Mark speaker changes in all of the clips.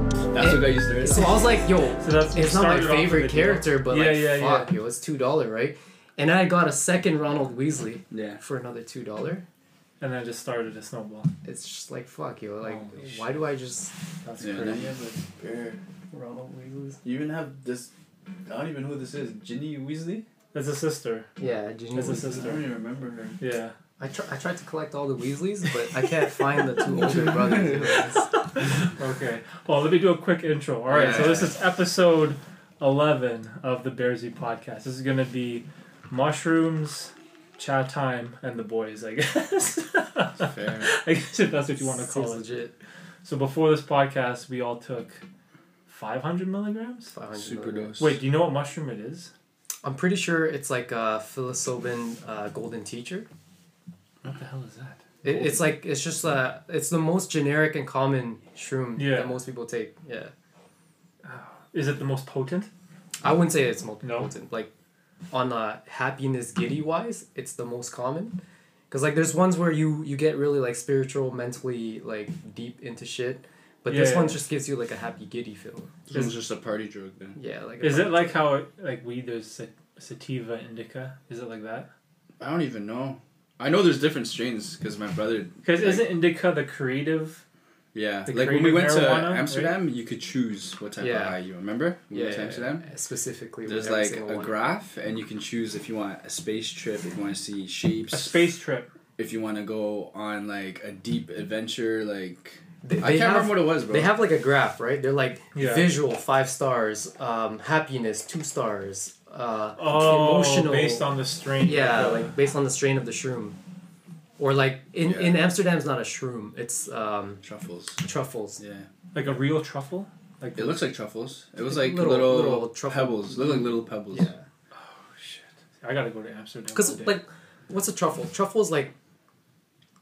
Speaker 1: got used to it.
Speaker 2: So I was like, yo,
Speaker 3: So that's-
Speaker 2: it's not my
Speaker 3: started off
Speaker 2: favorite
Speaker 3: with a deal.
Speaker 2: character, but
Speaker 3: Yeah,
Speaker 2: like,
Speaker 3: yeah, yeah.
Speaker 2: fuck, yo, it's two dollar, right? And I got a second Ronald Weasley
Speaker 1: Yeah.
Speaker 2: for another two dollar.
Speaker 3: and then it just started to snowball.
Speaker 2: It's just like, fuck, yo, like,
Speaker 3: Holy shit.
Speaker 2: why do I just
Speaker 3: That's
Speaker 1: yeah, now
Speaker 3: crazy.
Speaker 1: you have a pair.
Speaker 2: Ronald Weasley?
Speaker 1: You even have this. I don't even know who this is. Ginny Weasley?
Speaker 3: It's a sister.
Speaker 2: Yeah, Ginny
Speaker 3: It's a
Speaker 2: Weasley.
Speaker 1: I
Speaker 3: sister.
Speaker 1: don't even remember her.
Speaker 3: Yeah.
Speaker 2: I tr- I tried to collect all the Weasleys, but I can't find the two older brothers. yo. It's-
Speaker 3: Okay. Well, let me do a quick intro. All right. So this is episode eleven of the Bearsy podcast. This is gonna be mushrooms, chat time, and the boys. I guess.
Speaker 1: Fair.
Speaker 3: I guess if that's what you want to call
Speaker 2: it's
Speaker 3: it.
Speaker 2: legit.
Speaker 3: So before this podcast, we all took five hundred milligrams.
Speaker 2: Five hundred.
Speaker 1: Super dose.
Speaker 3: Wait, do you know what mushroom it is?
Speaker 2: I'm pretty sure it's like a psilocybin uh, golden teacher.
Speaker 3: What the hell is that?
Speaker 2: It, it's like it's just uh it's the most generic and common shroom
Speaker 3: Yeah.
Speaker 2: that most people take. Yeah,
Speaker 3: Is it the most potent?
Speaker 2: I wouldn't say it's multi
Speaker 3: No.
Speaker 2: potent. Like on uh, happiness giddy wise, it's the most common. Cause like there's ones where you you get really like spiritual, mentally like deep into shit, but this
Speaker 3: Yeah.
Speaker 2: one just gives you like a happy giddy feel.
Speaker 1: This one's just a party drug then.
Speaker 2: Yeah, like a-
Speaker 3: Is it like how it, like weed? There's sa- sativa, indica. Is it like that?
Speaker 1: I don't even know. I know there's different strains because my brother.
Speaker 3: Because
Speaker 1: like,
Speaker 3: isn't indica the creative?
Speaker 1: yeah?
Speaker 3: the
Speaker 1: Like when we
Speaker 3: creative
Speaker 1: went to
Speaker 3: marijuana, right?
Speaker 1: Amsterdam, you could choose what type
Speaker 2: Yeah.
Speaker 1: of high you remember. When we
Speaker 2: yeah,
Speaker 1: went to Amsterdam.
Speaker 2: specifically. with
Speaker 1: There's
Speaker 2: every
Speaker 1: like
Speaker 2: single
Speaker 1: a
Speaker 2: one.
Speaker 1: graph, and you can choose if you want a space trip, if you want to see shapes,
Speaker 3: A space trip.
Speaker 1: if you want to go on like a deep adventure. Like
Speaker 2: They,
Speaker 1: I
Speaker 2: they
Speaker 1: can't
Speaker 2: have-
Speaker 1: remember what it was, bro.
Speaker 2: They have like a graph, right? They're like
Speaker 3: Yeah.
Speaker 2: visual five stars, um, happiness two stars, uh,
Speaker 3: Oh,
Speaker 2: emotional
Speaker 3: based on the strain.
Speaker 2: yeah,
Speaker 3: of the-
Speaker 2: like based on the strain of the shroom, or like in
Speaker 1: Yeah.
Speaker 2: in Amsterdam's not a shroom, it's um,
Speaker 1: truffles.
Speaker 2: truffles.
Speaker 1: Yeah,
Speaker 3: like a real truffle. Like oh,
Speaker 1: it looks like truffles. It was
Speaker 2: Like
Speaker 1: like
Speaker 2: little-
Speaker 1: little,
Speaker 2: little truffle-
Speaker 1: pebbles. Look like little pebbles.
Speaker 2: Yeah,
Speaker 3: I gotta go to Amsterdam.
Speaker 2: because
Speaker 3: one day.
Speaker 2: like, what's a truffle? Truffle is like,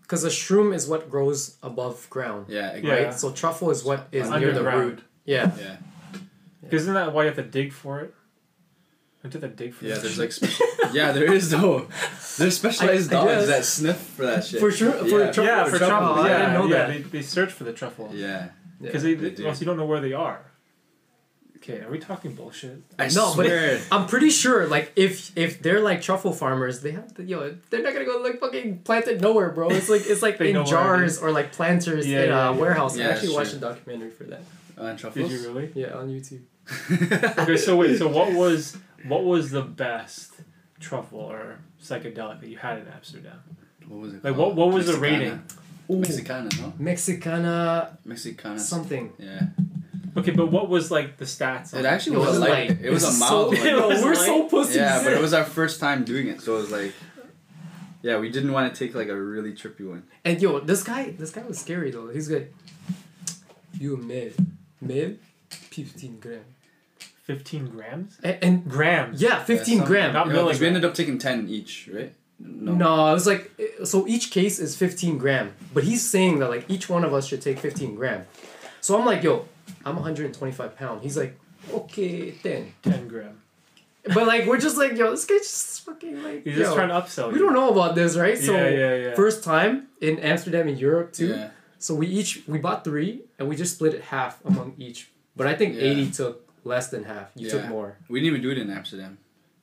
Speaker 2: because a shroom is what grows above ground,
Speaker 1: Yeah. it-
Speaker 3: Yeah.
Speaker 2: right? So truffle is what is near the
Speaker 3: Underground.
Speaker 2: root. Yeah,
Speaker 1: Yeah.
Speaker 3: isn't that why you have to dig for it? I did that dig for.
Speaker 1: Yeah,
Speaker 3: that
Speaker 1: there's
Speaker 3: shit.
Speaker 1: like, spe- yeah, there is though. There's specialized
Speaker 2: I- I
Speaker 1: dogs
Speaker 2: guess.
Speaker 1: that sniff for that shit.
Speaker 2: For sure- for
Speaker 1: yeah.
Speaker 2: truffle-
Speaker 3: yeah for
Speaker 2: truffle.
Speaker 3: truffle.
Speaker 2: Oh, I
Speaker 3: yeah,
Speaker 2: didn't know
Speaker 3: yeah,
Speaker 2: that.
Speaker 3: They, they search for the truffle.
Speaker 1: yeah.
Speaker 2: Yeah.
Speaker 3: Because they,
Speaker 1: They
Speaker 3: they-
Speaker 1: do.
Speaker 3: else you don't know where they are. Okay, are we talking bullshit?
Speaker 1: I
Speaker 2: No, but
Speaker 1: swear.
Speaker 2: it, I'm pretty sure, like, if if they're like truffle farmers, they have to, you know, they're not gonna go like fucking plant it nowhere, bro. It's like it's like
Speaker 3: They know
Speaker 2: in
Speaker 3: where it
Speaker 2: jars or like planters
Speaker 3: Yeah,
Speaker 2: in a
Speaker 3: yeah, yeah.
Speaker 2: warehouse.
Speaker 1: Yeah,
Speaker 2: I actually
Speaker 1: sure.
Speaker 2: watched a documentary for that.
Speaker 1: On
Speaker 3: Did
Speaker 1: truffles.
Speaker 3: you really?
Speaker 2: Yeah, on YouTube.
Speaker 3: Okay, so wait, so what was what was the best truffle or psychedelic that you had in Amsterdam?
Speaker 1: What was it?
Speaker 3: Like,
Speaker 1: called?
Speaker 3: what- what was the
Speaker 1: Mexicana.
Speaker 3: rating?
Speaker 2: Ooh,
Speaker 1: Mexicana, no?
Speaker 2: Mexicana
Speaker 1: Mexicana.
Speaker 2: something.
Speaker 1: yeah.
Speaker 3: Okay, but what was like the stats? On
Speaker 1: It actually
Speaker 2: It
Speaker 1: was,
Speaker 2: wasn't
Speaker 1: like,
Speaker 2: light.
Speaker 1: it was a
Speaker 2: so-
Speaker 1: mild
Speaker 3: It
Speaker 1: one.
Speaker 2: No,
Speaker 3: was
Speaker 2: we're so
Speaker 3: light.
Speaker 2: pussies.
Speaker 1: yeah, but it was our first time doing it, so it was like, yeah, we didn't want to take like a really trippy one.
Speaker 2: And yo, this guy, this guy was scary though. He's good. You mid, mid, fifteen gram,
Speaker 3: fifteen grams.
Speaker 2: and, and
Speaker 3: Grams.
Speaker 2: yeah, fifteen
Speaker 1: some-
Speaker 2: gram.
Speaker 1: Yeah,
Speaker 3: Not
Speaker 1: 'cause we
Speaker 3: milligram.
Speaker 1: ended up taking ten each, right?
Speaker 2: No. it was like so each case is 15 gram, but he's saying that like each one of us should take 15 gram. So I'm like, yo, I'm 125 pound. He's like, okay, 10.
Speaker 3: Ten gram.
Speaker 2: But like we're just like, yo, this guy's just fucking like,
Speaker 3: He's
Speaker 2: yo,
Speaker 3: just trying to upsell.
Speaker 2: we
Speaker 3: you.
Speaker 2: don't know about this, right? So
Speaker 3: Yeah, yeah, yeah.
Speaker 2: first time in Amsterdam in Europe too.
Speaker 1: Yeah.
Speaker 2: So we each we bought three and we just split it half among each. But I think
Speaker 1: Yeah.
Speaker 2: 80 took less than half. You took
Speaker 1: Yeah.
Speaker 2: more.
Speaker 1: We didn't even do it in Amsterdam.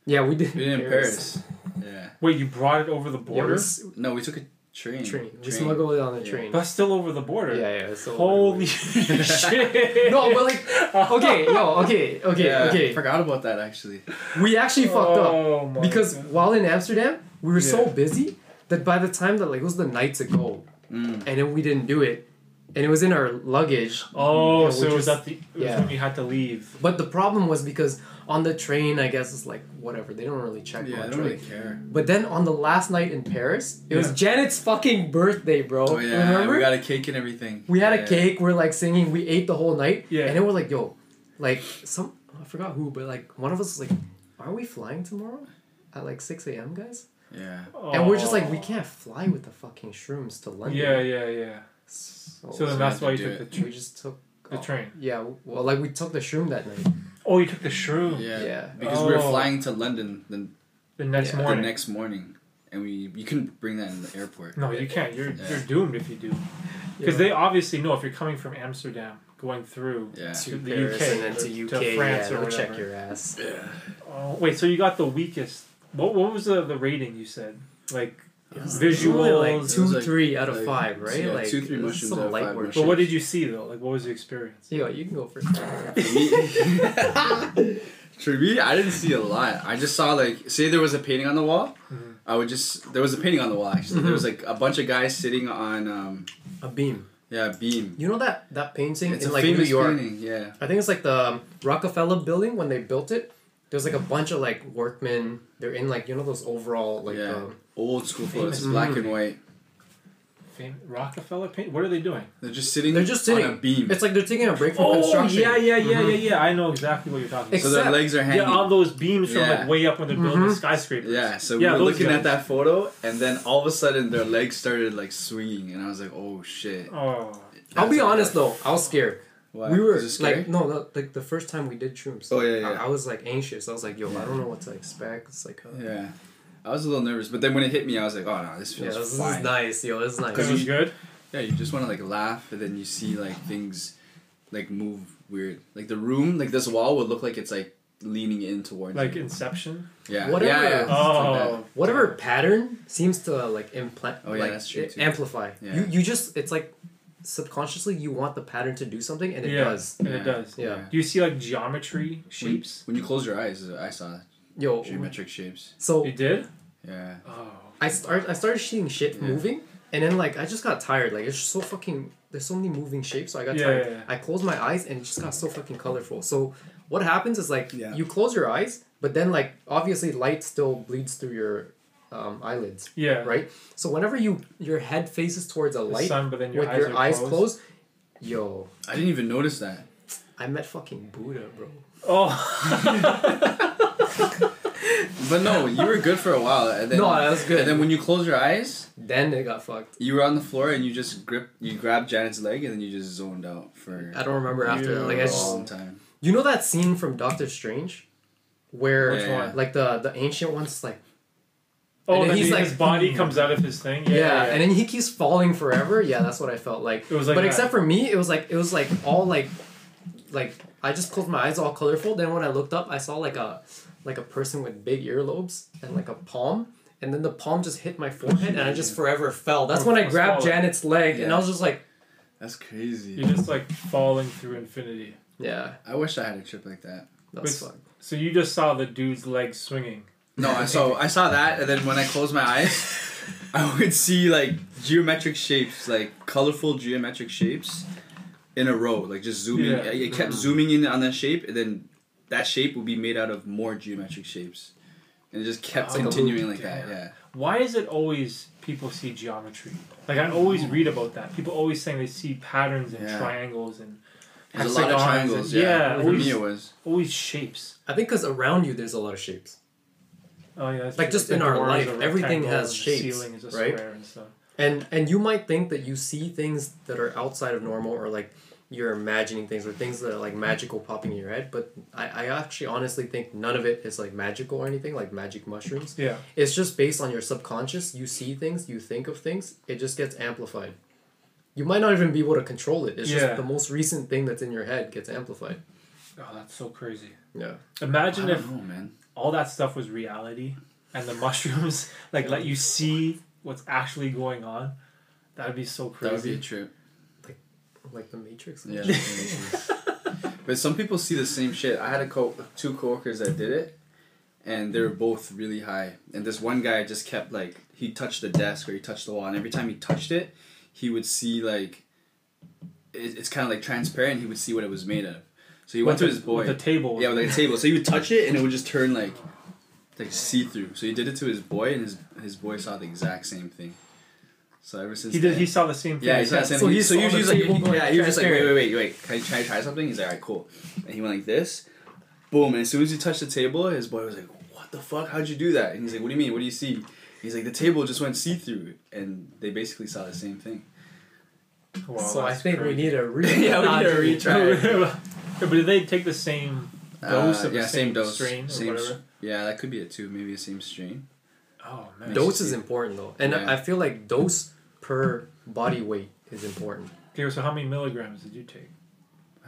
Speaker 2: Yeah, we did.
Speaker 1: We did it in Paris. Yeah.
Speaker 3: Wait, you brought it over the
Speaker 2: Yeah, we
Speaker 3: border,
Speaker 2: s-
Speaker 1: No, we took a train.
Speaker 2: train. We smuggled it on the
Speaker 1: Yeah.
Speaker 2: train.
Speaker 3: but still over the border.
Speaker 2: Yeah, yeah. So
Speaker 3: Holy shit!
Speaker 2: No, but like, okay, no, okay, okay,
Speaker 1: Yeah,
Speaker 2: okay.
Speaker 1: Forgot about that actually.
Speaker 2: We actually fucked up
Speaker 3: Oh my
Speaker 2: because
Speaker 3: God.
Speaker 2: while in Amsterdam, we were so
Speaker 3: Yeah.
Speaker 2: busy that by the time that like it was the night to go,
Speaker 1: Mm.
Speaker 2: and then we didn't do it, and it was in our luggage.
Speaker 3: Oh,
Speaker 2: Yeah, we
Speaker 3: so it was
Speaker 2: just-
Speaker 3: at the. It was
Speaker 2: yeah.
Speaker 3: when you had to leave.
Speaker 2: But the problem was because on the train, I guess it's like whatever. They don't really check
Speaker 1: Yeah, I
Speaker 2: much,
Speaker 1: don't really
Speaker 2: right?
Speaker 1: care.
Speaker 2: But then on the last night in Paris, it was
Speaker 3: Yeah.
Speaker 2: Janet's fucking birthday, bro.
Speaker 1: Oh yeah,
Speaker 2: Remember?
Speaker 1: we got a cake and everything.
Speaker 2: we had
Speaker 1: Yeah.
Speaker 2: a cake. We're like singing. We ate the whole night.
Speaker 3: Yeah.
Speaker 2: And then we're like, yo, like some I forgot who, but like one of us was like, are we flying tomorrow at like six a.m. guys?
Speaker 1: Yeah.
Speaker 2: And we're just like, we
Speaker 3: Oh.
Speaker 2: can't fly with the fucking shrooms to London.
Speaker 3: Yeah, yeah, yeah.
Speaker 2: So,
Speaker 3: So then
Speaker 1: we
Speaker 3: that's
Speaker 1: had to
Speaker 3: why you
Speaker 1: do
Speaker 3: took
Speaker 1: it.
Speaker 3: the
Speaker 2: we
Speaker 3: train.
Speaker 2: just took
Speaker 3: The
Speaker 2: oh,
Speaker 3: train.
Speaker 2: Yeah. Well, like we took the shroom that night.
Speaker 3: Oh, you took the shroom.
Speaker 1: Yeah.
Speaker 2: Yeah.
Speaker 1: Because we were
Speaker 3: Oh.
Speaker 1: flying to London the,
Speaker 3: The next
Speaker 2: Yeah.
Speaker 1: the
Speaker 3: morning.
Speaker 1: next morning, and we you couldn't bring that in the airport.
Speaker 3: No, you can't. You're
Speaker 1: Yeah.
Speaker 3: you're doomed if you do. Because
Speaker 2: Yeah.
Speaker 3: they obviously know if you're coming from Amsterdam going through.
Speaker 1: Yeah.
Speaker 3: To
Speaker 2: to
Speaker 3: the
Speaker 2: Paris
Speaker 3: UK,
Speaker 2: and then
Speaker 3: to
Speaker 2: to UK.
Speaker 3: France
Speaker 2: yeah,
Speaker 3: or
Speaker 2: they'll check
Speaker 3: whatever.
Speaker 2: your ass.
Speaker 3: Oh, wait, so you got the weakest. What what was the, the rating you said? Like
Speaker 2: It was
Speaker 3: Visual-
Speaker 2: really
Speaker 3: It
Speaker 2: like
Speaker 3: was
Speaker 2: two,
Speaker 1: like-
Speaker 2: three out of
Speaker 1: like,
Speaker 2: five, right?
Speaker 1: yeah,
Speaker 2: like
Speaker 1: two, three
Speaker 2: this is
Speaker 1: mushrooms
Speaker 2: some
Speaker 1: out of
Speaker 2: light
Speaker 1: five
Speaker 2: work
Speaker 1: mushrooms.
Speaker 3: But
Speaker 2: shit.
Speaker 3: what did you see though? Like, what was the experience?
Speaker 2: Yo, you can go first.
Speaker 1: For me, for me, I didn't see a lot. I just saw like, say there was a painting on the wall.
Speaker 2: Mm-hmm.
Speaker 3: Mhm.
Speaker 1: I would just there was a painting on the wall actually.
Speaker 2: Mhm.
Speaker 1: There was like a bunch of guys sitting on um
Speaker 2: a beam.
Speaker 1: yeah a beam.
Speaker 2: You know that that painting
Speaker 1: It's
Speaker 2: in
Speaker 1: a
Speaker 2: like New
Speaker 1: famous
Speaker 2: York.
Speaker 1: painting. Yeah.
Speaker 2: I think it's like the um, Rockefeller Building when they built it. There's like a bunch of like workmen. They're in like you know those overall like
Speaker 1: Yeah.
Speaker 2: um,
Speaker 1: Old school photos,
Speaker 2: Mm-hmm.
Speaker 3: Famous
Speaker 1: black and
Speaker 3: painting.
Speaker 1: white.
Speaker 3: Fam- Rockefeller paint. What are they doing?
Speaker 1: They're just sitting.
Speaker 2: They're just sitting.
Speaker 1: on a beam.
Speaker 2: It's like they're taking a break from
Speaker 3: Oh
Speaker 2: construction. Mm-hmm.
Speaker 3: yeah, yeah, yeah, yeah, yeah. I know exactly what you're talking about.
Speaker 1: so their
Speaker 2: except-
Speaker 1: legs are hanging.
Speaker 3: Yeah, on those beams from
Speaker 1: Yeah.
Speaker 3: like way up when they're building
Speaker 2: Mhm.
Speaker 3: skyscrapers.
Speaker 1: Yeah, so
Speaker 3: Yeah,
Speaker 1: we were
Speaker 3: those
Speaker 1: looking
Speaker 3: guys.
Speaker 1: at that photo, and then all of a sudden their legs started like swinging, and I was like, "Oh shit!"
Speaker 3: Oh.
Speaker 2: I'll be
Speaker 1: That's-
Speaker 2: honest though, I was scared.
Speaker 1: Why?
Speaker 2: We were
Speaker 1: Is it scary?
Speaker 2: like, no, no, like the first time we did shrooms.
Speaker 1: Oh, yeah,
Speaker 2: I-
Speaker 1: yeah.
Speaker 2: I, was like anxious. I was like, yo, I don't know what to expect. It's like, uh, yeah,
Speaker 1: yeah, I was a little nervous, but then when it hit me, I was like, "Oh no, this feels
Speaker 2: this is
Speaker 1: fine."
Speaker 2: nice, yo, this is nice.
Speaker 3: It was good.
Speaker 1: yeah, you just want to like laugh, and then you see like things, like move weird. Like the room, like this wall would look like it's like leaning in towards.
Speaker 3: Like
Speaker 1: you.
Speaker 3: Inception.
Speaker 1: yeah,
Speaker 2: Whatever.
Speaker 1: Yeah, yeah, it's like
Speaker 3: Oh.
Speaker 1: that.
Speaker 2: Whatever pattern seems to uh, like implant,
Speaker 1: Oh, yeah,
Speaker 2: like
Speaker 1: that's true,
Speaker 2: it-
Speaker 1: too.
Speaker 2: amplify.
Speaker 1: Yeah.
Speaker 2: You you just it's like subconsciously you want the pattern to do something and it
Speaker 3: Yeah.
Speaker 2: does.
Speaker 3: And it does.
Speaker 2: Yeah.
Speaker 3: Do you see like geometry
Speaker 1: When you-
Speaker 3: shapes?
Speaker 1: When you close your eyes, I saw
Speaker 2: Yo,
Speaker 1: geometric shapes.
Speaker 2: so
Speaker 3: You did?
Speaker 1: Yeah.
Speaker 3: Oh.
Speaker 2: I start I started seeing shit
Speaker 1: Yeah.
Speaker 2: moving and then like I just got tired. Like it's so fucking there's so many moving shapes, so I got
Speaker 3: Yeah,
Speaker 2: tired.
Speaker 3: yeah, yeah.
Speaker 2: I closed my eyes and it just got so fucking colorful. So what happens is like
Speaker 1: Yeah.
Speaker 2: you close your eyes, but then like obviously light still bleeds through your um, eyelids.
Speaker 3: Yeah.
Speaker 2: Right? So whenever you your head faces towards a
Speaker 3: The
Speaker 2: light
Speaker 3: sun, but then your
Speaker 2: with
Speaker 3: eyes
Speaker 2: your
Speaker 3: are
Speaker 2: eyes
Speaker 3: closed.
Speaker 2: closed, yo,
Speaker 1: I didn't even notice that.
Speaker 2: I met fucking Buddha, bro.
Speaker 3: Oh.
Speaker 1: But no, you were good for a while. And then,
Speaker 2: No, that was good.
Speaker 1: And then when you close your eyes,
Speaker 2: Then it got fucked.
Speaker 1: you were on the floor and you just grip, you grabbed Janet's leg and then you just zoned out for
Speaker 2: I don't remember after that. Like I
Speaker 1: a
Speaker 2: just
Speaker 1: long time.
Speaker 2: You know that scene from Doctor Strange, where
Speaker 1: Which one?
Speaker 2: like the the ancient one's like
Speaker 3: oh,
Speaker 2: And
Speaker 3: and
Speaker 2: then he's
Speaker 3: his
Speaker 2: like-
Speaker 3: body comes out of his thing. Yeah.
Speaker 2: yeah,
Speaker 3: yeah, yeah.
Speaker 2: and then he keeps falling forever. Yeah, that's what I felt like.
Speaker 3: It was like
Speaker 2: but
Speaker 3: that.
Speaker 2: except for me, it was like it was like all like like I just closed my eyes all colorful. Then when I looked up, I saw like a like a person with big earlobes and like a palm. And then the palm just hit my forehead, and I just forever fell.
Speaker 3: Oh,
Speaker 2: That's when I grabbed
Speaker 3: Swallowed.
Speaker 2: Janet's leg, and I
Speaker 1: Yeah.
Speaker 2: was just like,
Speaker 1: That's crazy.
Speaker 3: You're just like falling through infinity.
Speaker 2: "Yeah,
Speaker 1: I wish I had a trip like that.
Speaker 2: that's
Speaker 3: Which-
Speaker 2: fucked."
Speaker 3: So you just saw the dude's legs swinging.
Speaker 1: No, I saw I saw that, and then when I closed my eyes, I would see like geometric shapes, like colorful geometric shapes, in a row, like just zooming.
Speaker 3: Yeah. Mm-hmm.
Speaker 1: I I kept zooming in on that shape, and then that shape would be made out of more geometric shapes, and it just kept
Speaker 3: Oh,
Speaker 1: continuing like
Speaker 3: damn.
Speaker 1: that. Yeah.
Speaker 3: Why is it always people see geometry? Like I always read about that. People always saying they see patterns and
Speaker 1: Yeah.
Speaker 3: triangles and
Speaker 1: There's a lot of
Speaker 3: hexagons
Speaker 1: triangles.
Speaker 3: and-
Speaker 1: Yeah,
Speaker 3: yeah,
Speaker 1: for
Speaker 3: always-
Speaker 1: me it was.
Speaker 3: always shapes.
Speaker 2: I think because around you, there's a lot of shapes.
Speaker 3: Oh yeah, that's
Speaker 2: Like,
Speaker 3: true.
Speaker 2: just
Speaker 3: The
Speaker 2: in our
Speaker 3: doors
Speaker 2: life,
Speaker 3: are
Speaker 2: everything
Speaker 3: rectangle
Speaker 2: has
Speaker 3: and the
Speaker 2: shapes,
Speaker 3: Ceiling is a
Speaker 2: right?
Speaker 3: square and stuff.
Speaker 2: And and you might think that you see things that are outside of normal or like you're imagining things or things that are like magical popping in your head, but I, I actually honestly think none of it is like magical or anything, like magic mushrooms.
Speaker 3: Yeah.
Speaker 2: It's just based on your subconscious. You see things, you think of things, it just gets amplified. You might not even be able to control it. It's
Speaker 3: Yeah.
Speaker 2: just the most recent thing that's in your head gets amplified.
Speaker 3: Oh, that's so crazy.
Speaker 2: Yeah.
Speaker 3: Imagine
Speaker 1: I
Speaker 3: if
Speaker 1: don't know, man.
Speaker 3: all that stuff was reality, and the mushrooms like let you see what's actually going on. That'd be so
Speaker 1: That would
Speaker 3: crazy.
Speaker 1: be a trip.
Speaker 2: Like the Matrix.
Speaker 1: Yeah. but some people see the same shit. I had a co two coworkers that did it, and they were both really high. And this one guy just kept like he touched the desk or he touched the wall, and every time he touched it, he would see like it, it's kind of like transparent. He would see what it was made of. So he went to
Speaker 3: With
Speaker 1: his
Speaker 3: the- with
Speaker 1: boy.
Speaker 3: The table.
Speaker 1: Yeah, like a table. So he would touch it, and it would just turn like like see through. So he did it to his boy, and his his boy saw the exact same thing. So ever since
Speaker 3: he did.
Speaker 1: then-
Speaker 3: He saw the same thing.
Speaker 1: yeah, he's not saying.
Speaker 2: So
Speaker 1: So,
Speaker 2: he's
Speaker 1: so
Speaker 2: on
Speaker 1: usually he's
Speaker 2: the
Speaker 1: like,
Speaker 2: table going
Speaker 1: yeah, he was just like, wait,
Speaker 2: transparent.
Speaker 1: wait, wait, wait. Can I try try something? He's like, all right, cool. And he went like this, boom. And as soon as he touched the table, his boy was like, what the fuck? How'd you do that? And he's like, what do you mean? What do you see? He's like, the table just went see through, and they basically saw the same thing.
Speaker 3: Wow,
Speaker 2: so I
Speaker 3: that's
Speaker 2: think
Speaker 3: crazy.
Speaker 2: we need a re-
Speaker 1: Yeah, we need a
Speaker 2: re-
Speaker 1: retry. Right.
Speaker 3: yeah, but did they take the same dose
Speaker 1: Uh,
Speaker 3: of
Speaker 1: yeah,
Speaker 3: the
Speaker 1: same, dose,
Speaker 3: strain or
Speaker 1: same. s-
Speaker 3: whatever?
Speaker 1: Yeah, that could be it too. Maybe the same strain.
Speaker 3: Oh man.
Speaker 2: Dose is important though. And
Speaker 1: Yeah.
Speaker 2: I feel like dose per body weight is important.
Speaker 3: Okay, so how many milligrams did you take?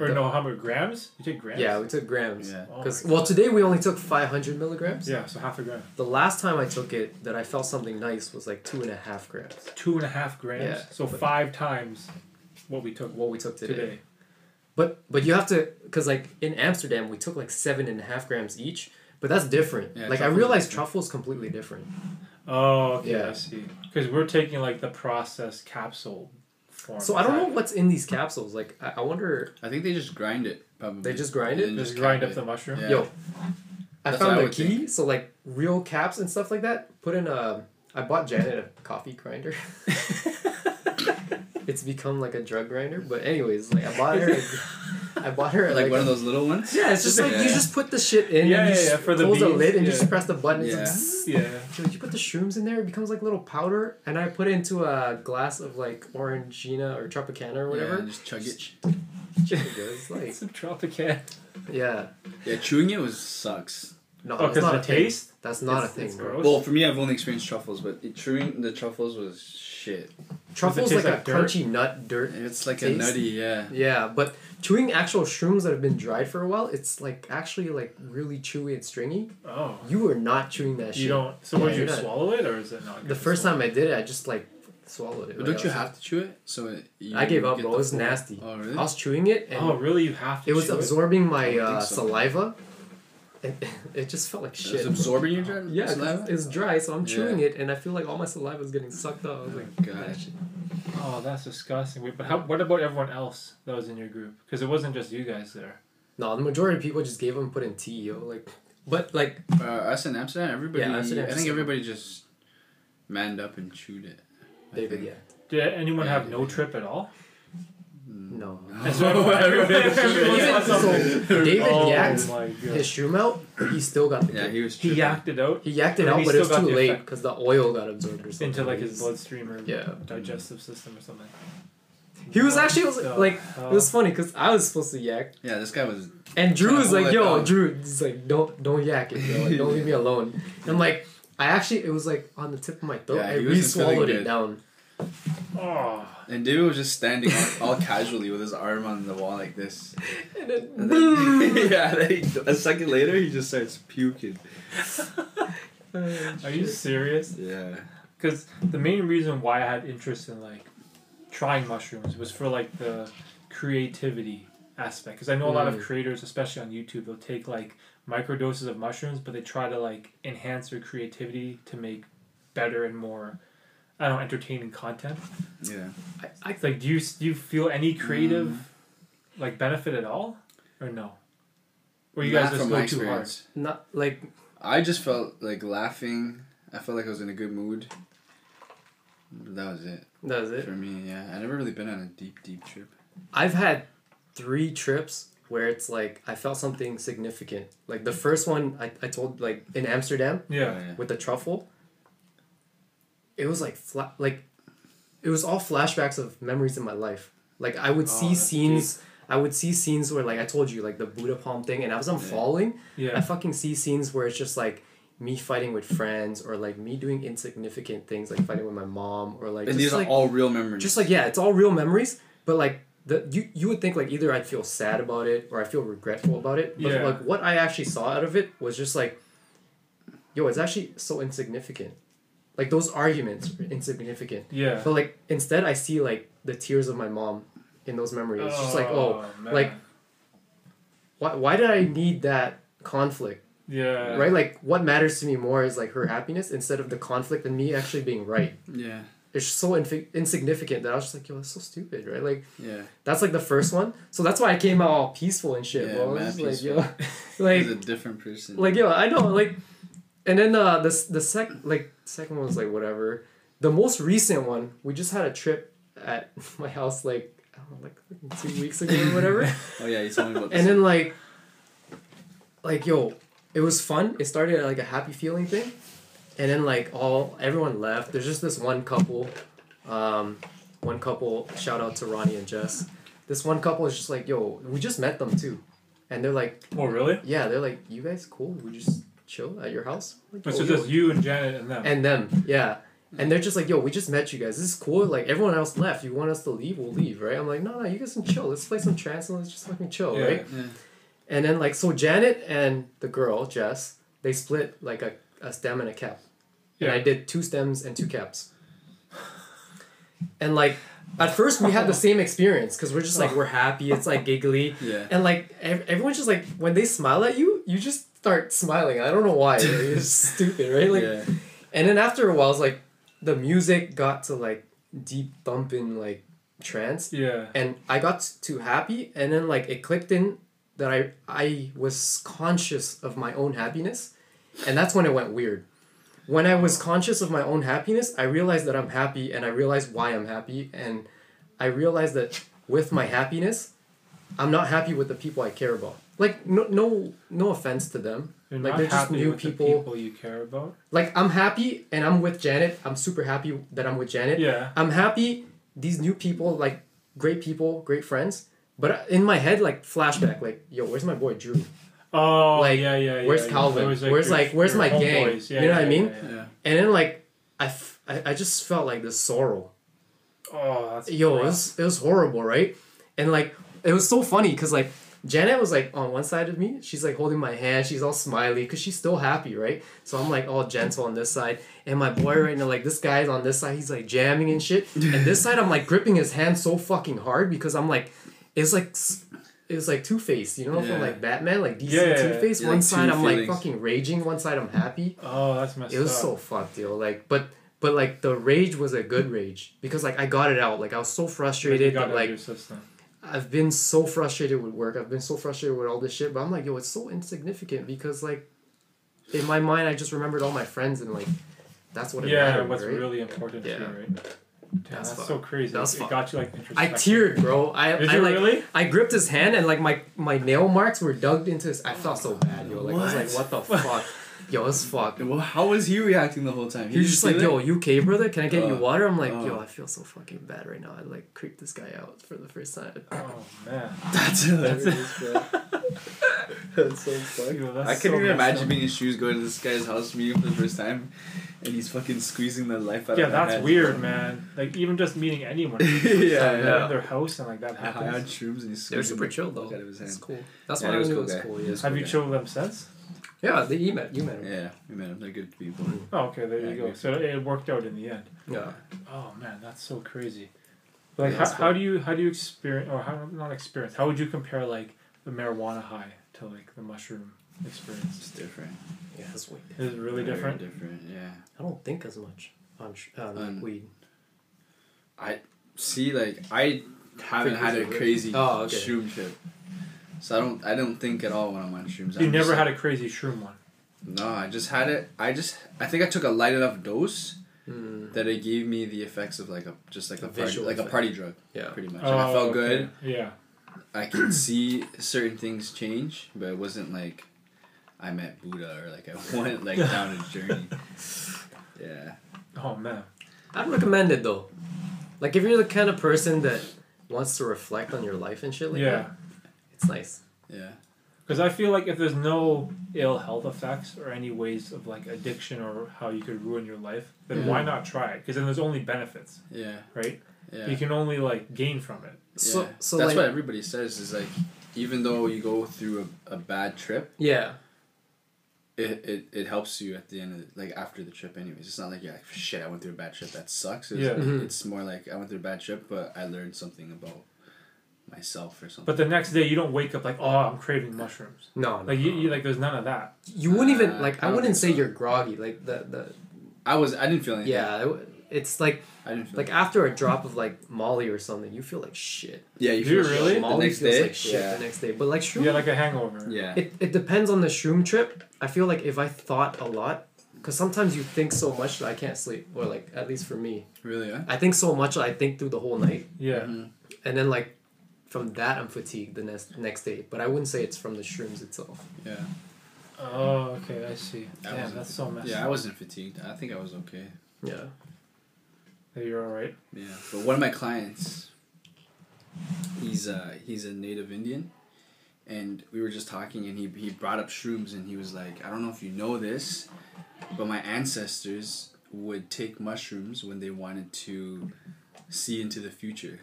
Speaker 3: Or no, how many grams? You take grams?
Speaker 2: Yeah, we took grams.
Speaker 1: Yeah.
Speaker 3: Oh
Speaker 2: 'Cause-
Speaker 3: my
Speaker 2: well, today we only took 500 milligrams.
Speaker 3: Yeah, so half a gram.
Speaker 2: The last time I took it that I felt something nice was like two and a half grams.
Speaker 3: Two and a half grams.
Speaker 2: Yeah.
Speaker 3: so five times what we took
Speaker 2: What we took today.
Speaker 3: today.
Speaker 2: But but you have to because like in Amsterdam we took like seven and a half grams each. But that's different.
Speaker 1: Yeah,
Speaker 2: like I
Speaker 1: truffle's
Speaker 2: realized
Speaker 1: different.
Speaker 2: truffle's completely different.
Speaker 3: Oh, okay,
Speaker 2: Yeah.
Speaker 3: I see. Because we're taking like the processed capsule form.
Speaker 2: So I don't know
Speaker 3: Exactly.
Speaker 2: what's in these capsules. Like I, I wonder.
Speaker 1: I think they just grind it. Probably
Speaker 2: They just grind it?
Speaker 1: And then
Speaker 3: Just grind
Speaker 1: cap
Speaker 3: up
Speaker 1: it.
Speaker 3: the mushroom.
Speaker 1: Yeah.
Speaker 2: Yo, I
Speaker 1: That's what
Speaker 2: found
Speaker 1: I
Speaker 2: a
Speaker 1: would
Speaker 2: key.
Speaker 1: think.
Speaker 2: So like real caps and stuff like that. Put in a. I bought Janet a coffee grinder. it's become like a drug grinder. But anyways, like I bought her. A, I bought her
Speaker 1: Like,
Speaker 2: like,
Speaker 1: one of those little ones.
Speaker 2: Yeah, it's just like
Speaker 1: Yeah.
Speaker 2: you just put the shit in.
Speaker 3: Yeah,
Speaker 2: and you
Speaker 3: yeah,
Speaker 2: just
Speaker 3: yeah, for the
Speaker 2: close the
Speaker 3: beans,
Speaker 2: lid and you
Speaker 3: yeah.
Speaker 2: just press the button. It's like,
Speaker 1: Yeah.
Speaker 2: zzz.
Speaker 3: Yeah.
Speaker 2: Dude, you put the shrooms in there, it becomes like little powder, and I put it into a glass of like Orangina or Tropicana or
Speaker 1: Yeah,
Speaker 2: whatever.
Speaker 1: and just chug it.
Speaker 2: Shit, it goes, like,
Speaker 3: It's a Tropicana.
Speaker 2: yeah.
Speaker 1: Yeah, chewing it was sucks.
Speaker 2: No,
Speaker 3: Oh,
Speaker 2: that's
Speaker 3: because
Speaker 2: not
Speaker 3: the
Speaker 2: a thing.
Speaker 3: taste?
Speaker 2: That's not
Speaker 3: It's-
Speaker 2: a thing,
Speaker 3: it's
Speaker 2: bro.
Speaker 3: gross.
Speaker 1: Well, for me, I've only experienced truffles, but it, chewing the truffles was shit.
Speaker 2: Truffle's
Speaker 3: Does it
Speaker 2: like,
Speaker 3: taste
Speaker 2: a
Speaker 3: like dirt?
Speaker 2: crunchy nut dirt.
Speaker 1: It's like a
Speaker 2: Taste?
Speaker 1: nutty, yeah.
Speaker 2: Yeah, but chewing actual shrooms that have been dried for a while, it's like actually like really chewy and stringy.
Speaker 3: Oh.
Speaker 2: You are not chewing that shit.
Speaker 3: You don't. So
Speaker 2: Yeah,
Speaker 3: would you
Speaker 2: you're not-
Speaker 3: swallow it or is it not?
Speaker 2: The first time I did it, I just like swallowed it.
Speaker 1: But
Speaker 2: Like,
Speaker 1: don't
Speaker 2: I
Speaker 1: you
Speaker 2: was
Speaker 1: have to chew it? So it, you
Speaker 2: I gave up,
Speaker 1: get
Speaker 2: bro.
Speaker 1: the
Speaker 2: It was
Speaker 1: full-
Speaker 2: nasty.
Speaker 1: Oh
Speaker 2: I
Speaker 1: really?
Speaker 2: was chewing it, and
Speaker 3: Oh really? You have to.
Speaker 2: it was
Speaker 3: chew
Speaker 2: absorbing
Speaker 1: I
Speaker 2: my
Speaker 1: don't
Speaker 2: uh,
Speaker 1: think so.
Speaker 2: saliva. It, it just felt like
Speaker 1: It's
Speaker 2: shit.
Speaker 1: absorbing your dr-
Speaker 2: yeah, 'cause
Speaker 1: saliva?
Speaker 2: it's dry, so I'm
Speaker 1: Yeah.
Speaker 2: chewing it, and I feel like all my saliva is getting sucked up. I was
Speaker 1: Oh,
Speaker 2: like,
Speaker 1: God.
Speaker 2: "Man, shit."
Speaker 3: Oh, that's disgusting. Wait, but how, what about everyone else that was in your group? Because it wasn't just you guys there.
Speaker 2: No, the majority of people just gave them and put in tea, yo. Like, but like,
Speaker 1: Uh, us in Amsterdam, everybody.
Speaker 2: Yeah, us in
Speaker 1: I
Speaker 2: Amsterdam.
Speaker 1: think everybody just manned up and chewed it. I
Speaker 2: David,
Speaker 1: think.
Speaker 2: yeah,
Speaker 3: Did anyone
Speaker 1: Yeah,
Speaker 3: have
Speaker 1: yeah,
Speaker 3: no
Speaker 1: yeah.
Speaker 3: trip at all?
Speaker 1: mm,
Speaker 2: no.
Speaker 3: And so everyone- everyone- everyone
Speaker 2: Even
Speaker 3: got something.
Speaker 2: so, David
Speaker 3: oh
Speaker 2: yacked
Speaker 3: my
Speaker 2: his
Speaker 3: god.
Speaker 2: shroom out. He still got the.
Speaker 1: Yeah,
Speaker 2: Yeah,
Speaker 1: he was.
Speaker 3: He
Speaker 1: tripping.
Speaker 3: yacked it out
Speaker 2: he, yacked it
Speaker 3: But
Speaker 2: out,
Speaker 3: he
Speaker 2: but it was
Speaker 3: still got
Speaker 2: too
Speaker 3: the
Speaker 2: late
Speaker 3: effect.
Speaker 2: because the oil got absorbed or something.
Speaker 3: into like his
Speaker 2: He's-
Speaker 3: bloodstream or
Speaker 2: Yeah.
Speaker 3: digestive system or something.
Speaker 2: He was actually was,
Speaker 3: Oh, So,
Speaker 2: like,
Speaker 3: uh,
Speaker 2: it was funny because I was supposed to yak,
Speaker 1: Yeah, this guy was.
Speaker 2: And Drew
Speaker 1: Trying to
Speaker 2: was
Speaker 1: hold
Speaker 2: like,
Speaker 1: it
Speaker 2: "Yo,
Speaker 1: down.
Speaker 2: Drew, he's like, don't, don't yak it, yo. Like, don't leave me alone." And I'm like, I actually, it was like on the tip of my throat.
Speaker 1: Yeah,
Speaker 2: I
Speaker 1: he
Speaker 2: re
Speaker 1: wasn't feeling
Speaker 2: swallowed it
Speaker 1: good.
Speaker 2: down.
Speaker 3: oh.
Speaker 1: And David was just standing all, all casually with his arm on the wall like this.
Speaker 2: And then,
Speaker 1: And then, yeah, then he, a second later he just starts puking.
Speaker 3: Are you serious?
Speaker 1: Yeah.
Speaker 3: because the main reason why I had interest in like trying mushrooms was for like the creativity aspect. Because I know a lot of
Speaker 2: Mm.
Speaker 3: creators, especially on YouTube, they'll take like micro doses of mushrooms, but they try to like enhance their creativity to make better and more. I don't know, entertaining content.
Speaker 1: Yeah.
Speaker 2: I, I, Mm.
Speaker 3: It's like, do you do you feel any creative, like benefit at all, or no? Or you guys
Speaker 1: Not
Speaker 3: just
Speaker 1: from
Speaker 3: go
Speaker 1: my
Speaker 3: too hard.
Speaker 1: experience.
Speaker 2: not like
Speaker 1: I just felt like laughing. I felt like I was in a good mood. That was it
Speaker 2: that's it.
Speaker 1: for me. Yeah, I never really been on a deep, deep trip.
Speaker 2: I've had three trips where it's like I felt something significant. Like the first one, I, I told like in Amsterdam
Speaker 1: Oh,
Speaker 3: Yeah.
Speaker 2: with the truffle. It was like fla- like, it was all flashbacks of memories in my life. Like I would
Speaker 3: Oh,
Speaker 2: see
Speaker 3: that's
Speaker 2: scenes. I would see scenes where like I told you like the Buddha palm thing, and as I'm falling, I
Speaker 3: Yeah.
Speaker 2: fucking see scenes where it's just like me fighting with friends or like me doing insignificant things like fighting with my mom or like
Speaker 1: and
Speaker 2: just
Speaker 1: these
Speaker 2: like
Speaker 1: are all real memories.
Speaker 2: just like yeah, it's all real memories, but like the you you would think like either I'd feel sad about it or I feel regretful about it, but
Speaker 3: Yeah.
Speaker 2: like what I actually saw out of it was just like yo, it's actually so insignificant. Like those arguments were insignificant.
Speaker 3: Yeah.
Speaker 2: But like instead I see like the tears of my mom in those memories. It's just like, oh,
Speaker 3: man.
Speaker 2: like, why why did I need that conflict?
Speaker 3: yeah.
Speaker 2: right like what matters to me more is like her happiness instead of the conflict and me actually being right
Speaker 1: yeah,
Speaker 2: it's so infi- insignificant that i was just like yo that's so stupid right like
Speaker 1: yeah.
Speaker 2: that's like the first one so that's why i came out all peaceful and shit
Speaker 1: Yeah,
Speaker 2: bro I
Speaker 1: mad
Speaker 2: was just
Speaker 1: peaceful.
Speaker 2: like yo
Speaker 1: He's a
Speaker 2: like
Speaker 1: different person.
Speaker 2: like yo i know like and then uh the, s- the sec like second one was like whatever the most recent one we just had a trip at my house like I don't know, like fucking two weeks ago or whatever
Speaker 1: oh yeah, you told me about this.
Speaker 2: and then like like yo it was fun it started at like a happy feeling thing and then like all everyone left there's just this one couple um one couple shout out to ronnie and jess this one couple is just like yo we just met them too and they're like
Speaker 3: Oh really?
Speaker 2: yeah they're like you guys cool we just chill at your house I'm like,
Speaker 3: But
Speaker 2: "Oh,
Speaker 3: so
Speaker 2: yo."
Speaker 3: just you and Janet and them.
Speaker 2: and them yeah And they're just like, yo, we just met you guys. This is cool. Like, everyone else left. You want us to leave? We'll leave, right? I'm like, no, no, you guys can chill. Let's play some trance and let's just fucking chill,
Speaker 3: Yeah.
Speaker 2: oh, right?
Speaker 1: Yeah.
Speaker 2: And then, like, so Janet and the girl, Jess, they split like a, a stem and a cap.
Speaker 3: Yeah.
Speaker 2: And I did two stems and two caps. And, like, at first we had the same experience because we're just like, we're happy. It's like giggly.
Speaker 1: Yeah.
Speaker 2: And, like, ev- everyone's just like, when they smile at you, you just start smiling. I don't know why. It's stupid, right? Like,
Speaker 1: yeah.
Speaker 2: and then after a while, it's like the music got to like deep thumping like trance,
Speaker 3: Yeah.
Speaker 2: and I got too happy, and then like it clicked in that I I was conscious of my own happiness, and that's when it went weird. When I was conscious of my own happiness, I realized that I'm happy, and I realized why I'm happy, and I realized that with my happiness, I'm not happy with the people I care about. Like no no no offense to them,
Speaker 3: You're
Speaker 2: like
Speaker 3: not
Speaker 2: they're just
Speaker 3: happy
Speaker 2: new
Speaker 3: with the
Speaker 2: people
Speaker 3: people you care about.
Speaker 2: like I'm happy and I'm with Janet. I'm super happy that I'm with Janet.
Speaker 3: Yeah.
Speaker 2: I'm happy these new people, like great people, great friends. But in my head, like flashback, like yo, where's my boy Drew?
Speaker 3: Oh,
Speaker 2: Like,
Speaker 3: yeah, yeah, yeah.
Speaker 2: where's
Speaker 3: yeah.
Speaker 2: Calvin?
Speaker 3: Always,
Speaker 2: Where's,
Speaker 3: your-
Speaker 2: like, where's
Speaker 3: your
Speaker 2: my gang?
Speaker 3: homeboys.
Speaker 2: You know what I mean?
Speaker 1: Yeah. Yeah.
Speaker 2: And then like I, f- I, I just felt like this sorrow.
Speaker 3: Oh, that's
Speaker 2: Yo, it
Speaker 3: rough.
Speaker 2: was it was horrible, right? And like it was so funny because like Janet was like on one side of me, she's like holding my hand, she's all smiley because she's still happy, right? So I'm like all gentle on this side, and my boy right now, like this guy's on this side, he's like jamming and shit, and this side I'm like gripping his hand so fucking hard because I'm like, it's like. s- It's like Two Face, you know,
Speaker 1: Yeah.
Speaker 2: from like Batman, like DC
Speaker 3: Yeah, yeah, yeah.
Speaker 2: Two Face.
Speaker 1: Yeah,
Speaker 2: One
Speaker 1: like two
Speaker 2: side I'm like
Speaker 1: feelings.
Speaker 2: fucking raging, one side I'm happy
Speaker 3: Oh, that's messed
Speaker 2: it was
Speaker 3: up.
Speaker 2: so fucked yo like but but like the rage was a good rage because like i got it out like i was so
Speaker 3: Like, you
Speaker 2: frustrated
Speaker 3: got
Speaker 2: that
Speaker 3: out of your
Speaker 2: like
Speaker 3: system.
Speaker 2: i've been so frustrated with work i've been so frustrated with all this shit but i'm like yo it's so insignificant because like in my mind i just remembered all my friends and like that's what it
Speaker 3: yeah,
Speaker 2: mattered,
Speaker 3: what's
Speaker 2: right?
Speaker 3: really important to you,
Speaker 2: Yeah.
Speaker 3: right? Damn, that's,
Speaker 2: That's fucked.
Speaker 3: so crazy.
Speaker 2: That's
Speaker 3: it
Speaker 2: fucked.
Speaker 3: got you like
Speaker 2: I teared, bro. I,
Speaker 3: Did
Speaker 2: I
Speaker 3: you
Speaker 2: like,
Speaker 3: really?
Speaker 2: I gripped his hand and like my my nail marks were dug into his. I felt so bad, yo. Like I was like, what the fuck, yo, it's fucked.
Speaker 1: Well, how was he reacting the whole time? He
Speaker 2: He was just like,
Speaker 1: did it?
Speaker 2: yo, UK brother, can I get you
Speaker 1: Uh,
Speaker 2: water? I'm like,
Speaker 1: uh.
Speaker 2: yo, I feel so fucking bad right now. I like creeped this guy out for the first time.
Speaker 3: Oh man.
Speaker 1: That's hilarious, bro. That's so funny.
Speaker 3: Yo, that's
Speaker 1: I
Speaker 3: so
Speaker 1: couldn't even
Speaker 3: messed
Speaker 1: imagine
Speaker 3: up.
Speaker 1: being in shoes going to this guy's house, meeting him for the first time, and he's fucking squeezing the life out
Speaker 3: Yeah,
Speaker 1: of my
Speaker 3: that's
Speaker 1: hands,
Speaker 3: weird,
Speaker 1: bro.
Speaker 3: man. Like even just meeting anyone.
Speaker 1: Yeah,
Speaker 3: yeah,
Speaker 1: yeah.
Speaker 3: Their house and like that
Speaker 1: Yeah, High on
Speaker 3: happens.
Speaker 1: shrooms and he's
Speaker 2: They're
Speaker 1: squeezing
Speaker 2: super
Speaker 1: the
Speaker 2: chill
Speaker 1: fuck
Speaker 2: though.
Speaker 1: Out of his
Speaker 2: It's
Speaker 1: hand.
Speaker 2: cool. That's
Speaker 1: Yeah,
Speaker 2: why
Speaker 1: it
Speaker 2: I
Speaker 1: was
Speaker 2: knew
Speaker 1: cool
Speaker 2: it was
Speaker 1: guy.
Speaker 2: cool. Yeah, it's
Speaker 3: Have
Speaker 2: cool
Speaker 3: you
Speaker 2: guy.
Speaker 3: chilled with them since?
Speaker 2: Yeah, they, you met you met him.
Speaker 1: Yeah, we met him. They're good people.
Speaker 3: Oh, okay, there
Speaker 1: Yeah,
Speaker 3: you go.
Speaker 1: good.
Speaker 3: So it worked out in the end.
Speaker 2: Yeah.
Speaker 3: Oh man, that's so crazy. Like
Speaker 2: Yeah,
Speaker 3: how,
Speaker 2: it's
Speaker 3: how do you how do you experience or how not experience? How would you compare like the marijuana high to like the mushroom experience?
Speaker 1: It's different.
Speaker 2: Yeah, that's weird.
Speaker 3: Is it really
Speaker 1: Very
Speaker 3: different?
Speaker 1: Different. Yeah.
Speaker 2: I don't think as much on sh- on
Speaker 1: On-
Speaker 2: weed.
Speaker 1: See, like I haven't had a
Speaker 2: Frequency, right?
Speaker 1: crazy
Speaker 2: Oh, okay.
Speaker 1: shroom trip, so I don't. I don't think at all when I'm on shrooms.
Speaker 3: You
Speaker 1: I'm
Speaker 3: never
Speaker 1: just-
Speaker 3: had a crazy shroom one.
Speaker 1: No, I just had it. I just. I think I took a light enough dose
Speaker 2: Mm,
Speaker 1: that it gave me the effects of like a just like a,
Speaker 2: A
Speaker 1: party,
Speaker 2: visual
Speaker 1: like a
Speaker 2: effect.
Speaker 1: party drug,
Speaker 2: yeah.
Speaker 1: pretty much. and I
Speaker 3: Oh,
Speaker 1: felt
Speaker 3: okay.
Speaker 1: good.
Speaker 3: Yeah.
Speaker 1: I could see certain things change, but it wasn't like I met Buddha or like I went like down a journey. Yeah.
Speaker 3: Oh man.
Speaker 2: I'd recommend it though. Like if you're the kind of person that wants to reflect on your life and shit like
Speaker 3: yeah.
Speaker 2: that, it's nice.
Speaker 1: Yeah.
Speaker 3: Because I feel like if there's no ill health effects or any ways of like addiction or how you could ruin your life, then
Speaker 1: Yeah.
Speaker 3: why not try it? Because then there's only benefits,
Speaker 1: Yeah.
Speaker 3: right?
Speaker 1: Yeah.
Speaker 3: You can only like gain from it.
Speaker 2: So
Speaker 1: Yeah.
Speaker 2: so
Speaker 1: that's
Speaker 2: like
Speaker 1: what everybody says is like even though you go through a, a bad trip
Speaker 2: yeah
Speaker 1: it, it, it helps you at the end of the, like after the trip anyways it's not like you're like shit i went through a bad trip that sucks it's,
Speaker 3: Yeah.
Speaker 2: Mhm.
Speaker 1: it's more like i went through a bad trip but i learned something about myself or something
Speaker 3: But the next day you don't wake up like, oh, I'm craving mushrooms.
Speaker 2: no no,
Speaker 3: Like you,
Speaker 2: no.
Speaker 3: you like there's none of that.
Speaker 2: you wouldn't even
Speaker 1: Uh,
Speaker 2: like
Speaker 1: I
Speaker 2: I
Speaker 1: don't
Speaker 2: wouldn't
Speaker 1: think
Speaker 2: say
Speaker 1: so.
Speaker 2: you're groggy like the the
Speaker 1: i was i didn't feel anything
Speaker 2: yeah I w- it's like
Speaker 1: i didn't feel
Speaker 2: like after a drop of like Molly or something you feel like shit
Speaker 1: yeah you
Speaker 3: Do
Speaker 1: feel
Speaker 3: you really?
Speaker 1: shit the
Speaker 2: Molly
Speaker 1: next
Speaker 2: feels
Speaker 1: day
Speaker 2: like shit the next day but like shroom
Speaker 3: Yeah, like a hangover.
Speaker 1: yeah yeah
Speaker 2: it it depends on the shroom trip I feel like if I thought a lot because sometimes you think so much that I can't sleep or like at least for me
Speaker 1: really huh?
Speaker 2: I think so much that I think through the whole night
Speaker 3: Yeah.
Speaker 1: Mhm.
Speaker 2: and then like from that I'm fatigued the next next day but I wouldn't say it's from the shrooms itself
Speaker 1: yeah
Speaker 3: Oh, okay, I see.
Speaker 1: I
Speaker 3: Damn,
Speaker 1: wasn't-
Speaker 3: that's so messed
Speaker 1: yeah i
Speaker 3: up.
Speaker 1: wasn't fatigued i think i was okay
Speaker 2: yeah
Speaker 3: That You're all right.
Speaker 1: Yeah, but one of my clients, he's uh he's a native Indian, and we were just talking, and he he brought up shrooms, and he was like, I don't know if you know this, but my ancestors would take mushrooms when they wanted to see into the future.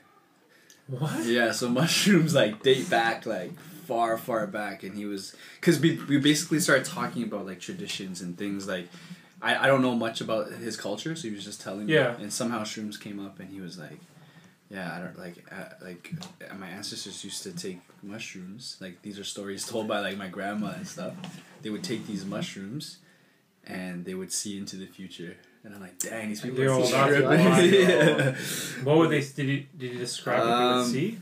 Speaker 3: What?
Speaker 1: Yeah, so mushrooms like date back like far, far back, and he was because we we basically started talking about like traditions and things like. I, I don't know much about his culture, so he was just telling
Speaker 3: Yeah.
Speaker 1: me. And somehow shrooms came up, and he was like, "Yeah, I don't like uh, like uh, my ancestors used to take mushrooms. Like these are stories told by like my grandma and stuff. They would take these mushrooms, and they would see into the future. And I'm like, dang, these people
Speaker 3: Yo,
Speaker 1: are
Speaker 3: that's
Speaker 1: tripping.
Speaker 3: wild.
Speaker 1: Yeah.
Speaker 3: What would they did you did you describe what they would
Speaker 1: Um,
Speaker 3: see?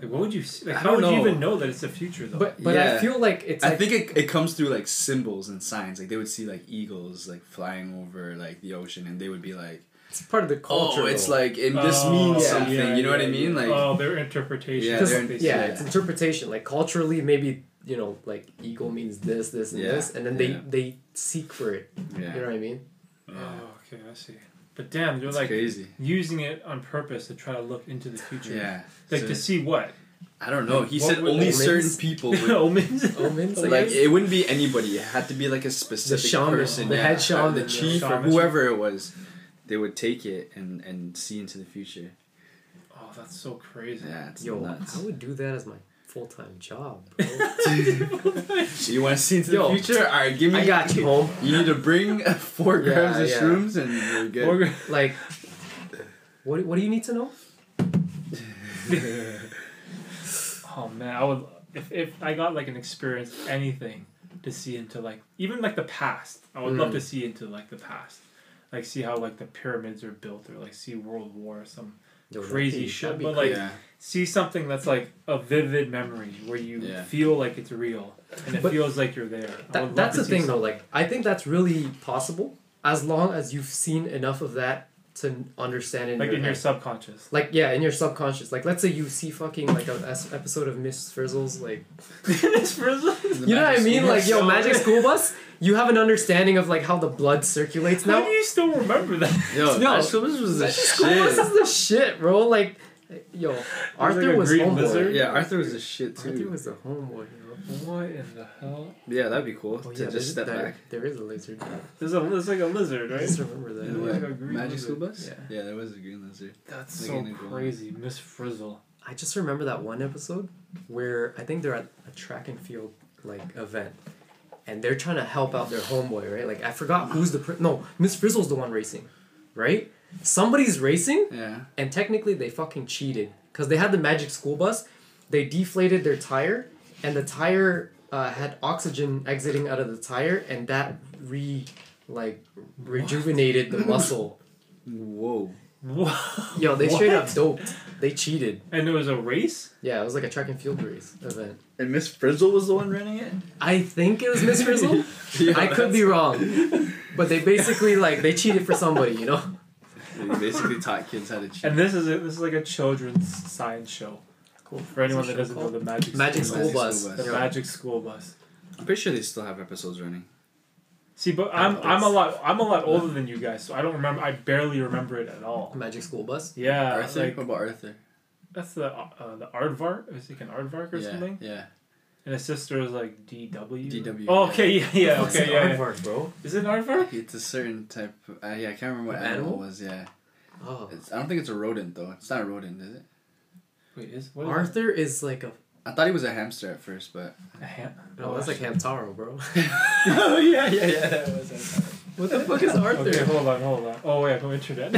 Speaker 3: Like what would you see? Like
Speaker 1: I
Speaker 3: how would
Speaker 1: don't
Speaker 3: you
Speaker 1: know.
Speaker 3: even know that it's the future though?
Speaker 2: But but I
Speaker 1: Yeah.
Speaker 2: feel like it's
Speaker 1: I
Speaker 2: like,
Speaker 1: think it, it comes through like symbols and signs. Like they would see like eagles like flying over like the ocean, and they would be like,
Speaker 2: it's part of the culture.
Speaker 1: "Oh, it's
Speaker 2: though.
Speaker 1: like and this
Speaker 3: Oh,
Speaker 1: means
Speaker 2: yeah,
Speaker 1: something."
Speaker 3: yeah,
Speaker 1: you know what I
Speaker 3: yeah,
Speaker 1: mean?
Speaker 3: yeah.
Speaker 1: Like
Speaker 3: oh, their interpretation.
Speaker 1: Yeah,
Speaker 3: of
Speaker 2: Because,
Speaker 1: they're
Speaker 3: what they see.
Speaker 2: yeah,
Speaker 1: yeah.
Speaker 2: it's interpretation. Like culturally, maybe you know, like eagle means this, this, and
Speaker 1: Yeah,
Speaker 2: this, and then they
Speaker 1: yeah.
Speaker 2: they seek for it.
Speaker 1: yeah,
Speaker 2: You know what I mean?
Speaker 1: yeah.
Speaker 3: Oh, okay, I see. But damn, you're
Speaker 1: it's
Speaker 3: like
Speaker 1: crazy.
Speaker 3: using it on purpose to try to look into the future.
Speaker 1: Yeah,
Speaker 3: Like
Speaker 1: So-
Speaker 3: to see what?
Speaker 1: I don't know. He
Speaker 3: What
Speaker 1: said
Speaker 3: would
Speaker 1: only
Speaker 2: omens-
Speaker 1: certain people. Would,
Speaker 3: Omens?
Speaker 2: Omens, I
Speaker 1: like
Speaker 2: guess?
Speaker 1: it wouldn't be anybody. It had to be like a specific
Speaker 2: shaman,
Speaker 1: person,
Speaker 2: the
Speaker 1: yeah.
Speaker 2: head shaman,
Speaker 1: the
Speaker 2: yeah.
Speaker 1: chief, or
Speaker 3: Shaman.
Speaker 1: whoever it was. They would take it and and see into the future.
Speaker 3: Oh, that's so crazy.
Speaker 1: Yeah, it's
Speaker 2: Yo,
Speaker 1: nuts.
Speaker 2: I would do that as my full time job. Bro.
Speaker 1: you want to see into
Speaker 2: Yo,
Speaker 1: the future? All right, give me.
Speaker 2: I got you home.
Speaker 1: You need to bring four
Speaker 2: Yeah,
Speaker 1: grams of
Speaker 2: yeah.
Speaker 1: shrooms and you're good.
Speaker 3: Or-
Speaker 2: Like, what what do you need to know?
Speaker 3: Oh man, I would if, if I got like an experience anything to see into like even like the past. I would love
Speaker 2: Mm.
Speaker 3: to see into like the past. Like see how like the pyramids are built or like see World War or some
Speaker 2: Yo, that'd
Speaker 3: Crazy
Speaker 2: be-
Speaker 3: shit,
Speaker 2: that'd be
Speaker 3: but,
Speaker 2: crazy.
Speaker 3: like-
Speaker 1: yeah.
Speaker 3: see something that's like a vivid memory where you
Speaker 1: Yeah.
Speaker 3: feel like it's real and it
Speaker 2: But
Speaker 3: feels like you're there. I would
Speaker 2: That,
Speaker 3: love
Speaker 2: that's
Speaker 3: to
Speaker 2: the
Speaker 3: see
Speaker 2: thing, though.
Speaker 3: something.
Speaker 2: Like, I think that's really possible as long as you've seen enough of that to understand it.
Speaker 3: Like in your
Speaker 2: head.
Speaker 3: subconscious.
Speaker 2: Like yeah, in your subconscious. Like let's say you see fucking like a s- episode of Miss Frizzle's like
Speaker 3: It's frozen.
Speaker 2: you know what I mean? Like yo,
Speaker 3: Bus.
Speaker 2: Magic School Bus. You have an understanding of like how the blood circulates
Speaker 3: How
Speaker 2: now.
Speaker 3: do you still remember that?
Speaker 1: Yo,
Speaker 2: No.
Speaker 1: Magic School Bus was the
Speaker 2: This
Speaker 1: shit.
Speaker 2: is the shit, bro. Like, yo, Arthur
Speaker 3: like a
Speaker 2: was
Speaker 3: green
Speaker 2: homeboy.
Speaker 3: lizard.
Speaker 1: Yeah, Arthur was the shit too.
Speaker 2: Arthur was the homeboy. Bro.
Speaker 3: What in the hell?
Speaker 1: yeah, that'd be cool to
Speaker 2: Oh yeah,
Speaker 1: just
Speaker 2: there's-
Speaker 1: step
Speaker 2: there,
Speaker 1: back.
Speaker 2: there is a lizard.
Speaker 3: There's a it's like a lizard,
Speaker 2: I
Speaker 3: right?
Speaker 2: just remember
Speaker 1: Yeah,
Speaker 2: that.
Speaker 3: There was
Speaker 1: what?
Speaker 3: like a green
Speaker 1: Magic
Speaker 3: lizard.
Speaker 1: School Bus?
Speaker 2: Yeah.
Speaker 1: Yeah, there was a green lizard.
Speaker 3: That's
Speaker 1: Like
Speaker 3: so
Speaker 1: an iguana.
Speaker 3: crazy, Miss Frizzle.
Speaker 2: I just remember that one episode where I think they're at a track and field like event, and they're trying to help out their homeboy, right? Like I forgot who's the pr- no Miss Frizzle's the one racing, right? Somebody's racing,
Speaker 1: Yeah.
Speaker 2: and technically they fucking cheated because they had the magic school bus, they deflated their tire, and the tire uh, had oxygen exiting out of the tire, and that re like rejuvenated the muscle.
Speaker 1: Whoa.
Speaker 3: Whoa.
Speaker 2: Yo, they straight up
Speaker 3: What?
Speaker 2: doped. They cheated.
Speaker 3: And there was a race?
Speaker 2: Yeah, it was like a track and field race event.
Speaker 1: And Miss Frizzle was the one running it?
Speaker 2: I think it was Miss Frizzle. I could be wrong, but they basically like they cheated for somebody, you know.
Speaker 1: They basically taught kids how to cheat.
Speaker 3: And this is a, this is like a children's science show.
Speaker 2: Cool.
Speaker 3: For anyone that doesn't know the Magic
Speaker 2: Magic
Speaker 3: School,
Speaker 2: School
Speaker 1: Magic
Speaker 2: Bus.
Speaker 1: School Bus.
Speaker 3: Bus. The Magic School Bus.
Speaker 1: I'm pretty sure they still have episodes running.
Speaker 3: See, but I'm
Speaker 2: That
Speaker 3: I'm a
Speaker 2: was-
Speaker 3: lot I'm a lot older than you guys, so I don't remember. I barely remember it at all.
Speaker 2: Magic School Bus.
Speaker 3: Yeah,
Speaker 1: Arthur?
Speaker 3: like
Speaker 1: what about Arthur?
Speaker 3: that's the uh, the aardvark. It was like an aardvark or
Speaker 1: yeah,
Speaker 3: something.
Speaker 1: yeah.
Speaker 3: And his sister is like DW.
Speaker 1: DW,
Speaker 3: Oh, okay, yeah, yeah,
Speaker 2: It's
Speaker 3: okay, yeah. yeah.
Speaker 2: aardvark, bro.
Speaker 3: Is it an aardvark?
Speaker 1: It's a certain type of, uh, yeah, I can't remember what
Speaker 2: An
Speaker 1: animal,
Speaker 2: animal?
Speaker 1: it was, yeah.
Speaker 2: Oh.
Speaker 1: It's, I don't think it's a rodent, though. It's not a rodent, is it?
Speaker 3: Wait, is what? is it?
Speaker 2: Arthur is like a
Speaker 1: I thought he was a hamster at first, but.
Speaker 3: A ham-
Speaker 2: no, Oh, that's like Hamtaro, bro.
Speaker 3: oh yeah, yeah, yeah. That was it.
Speaker 2: what the fuck is Arthur?
Speaker 3: Okay, hold on, hold on. Oh wait, no internet.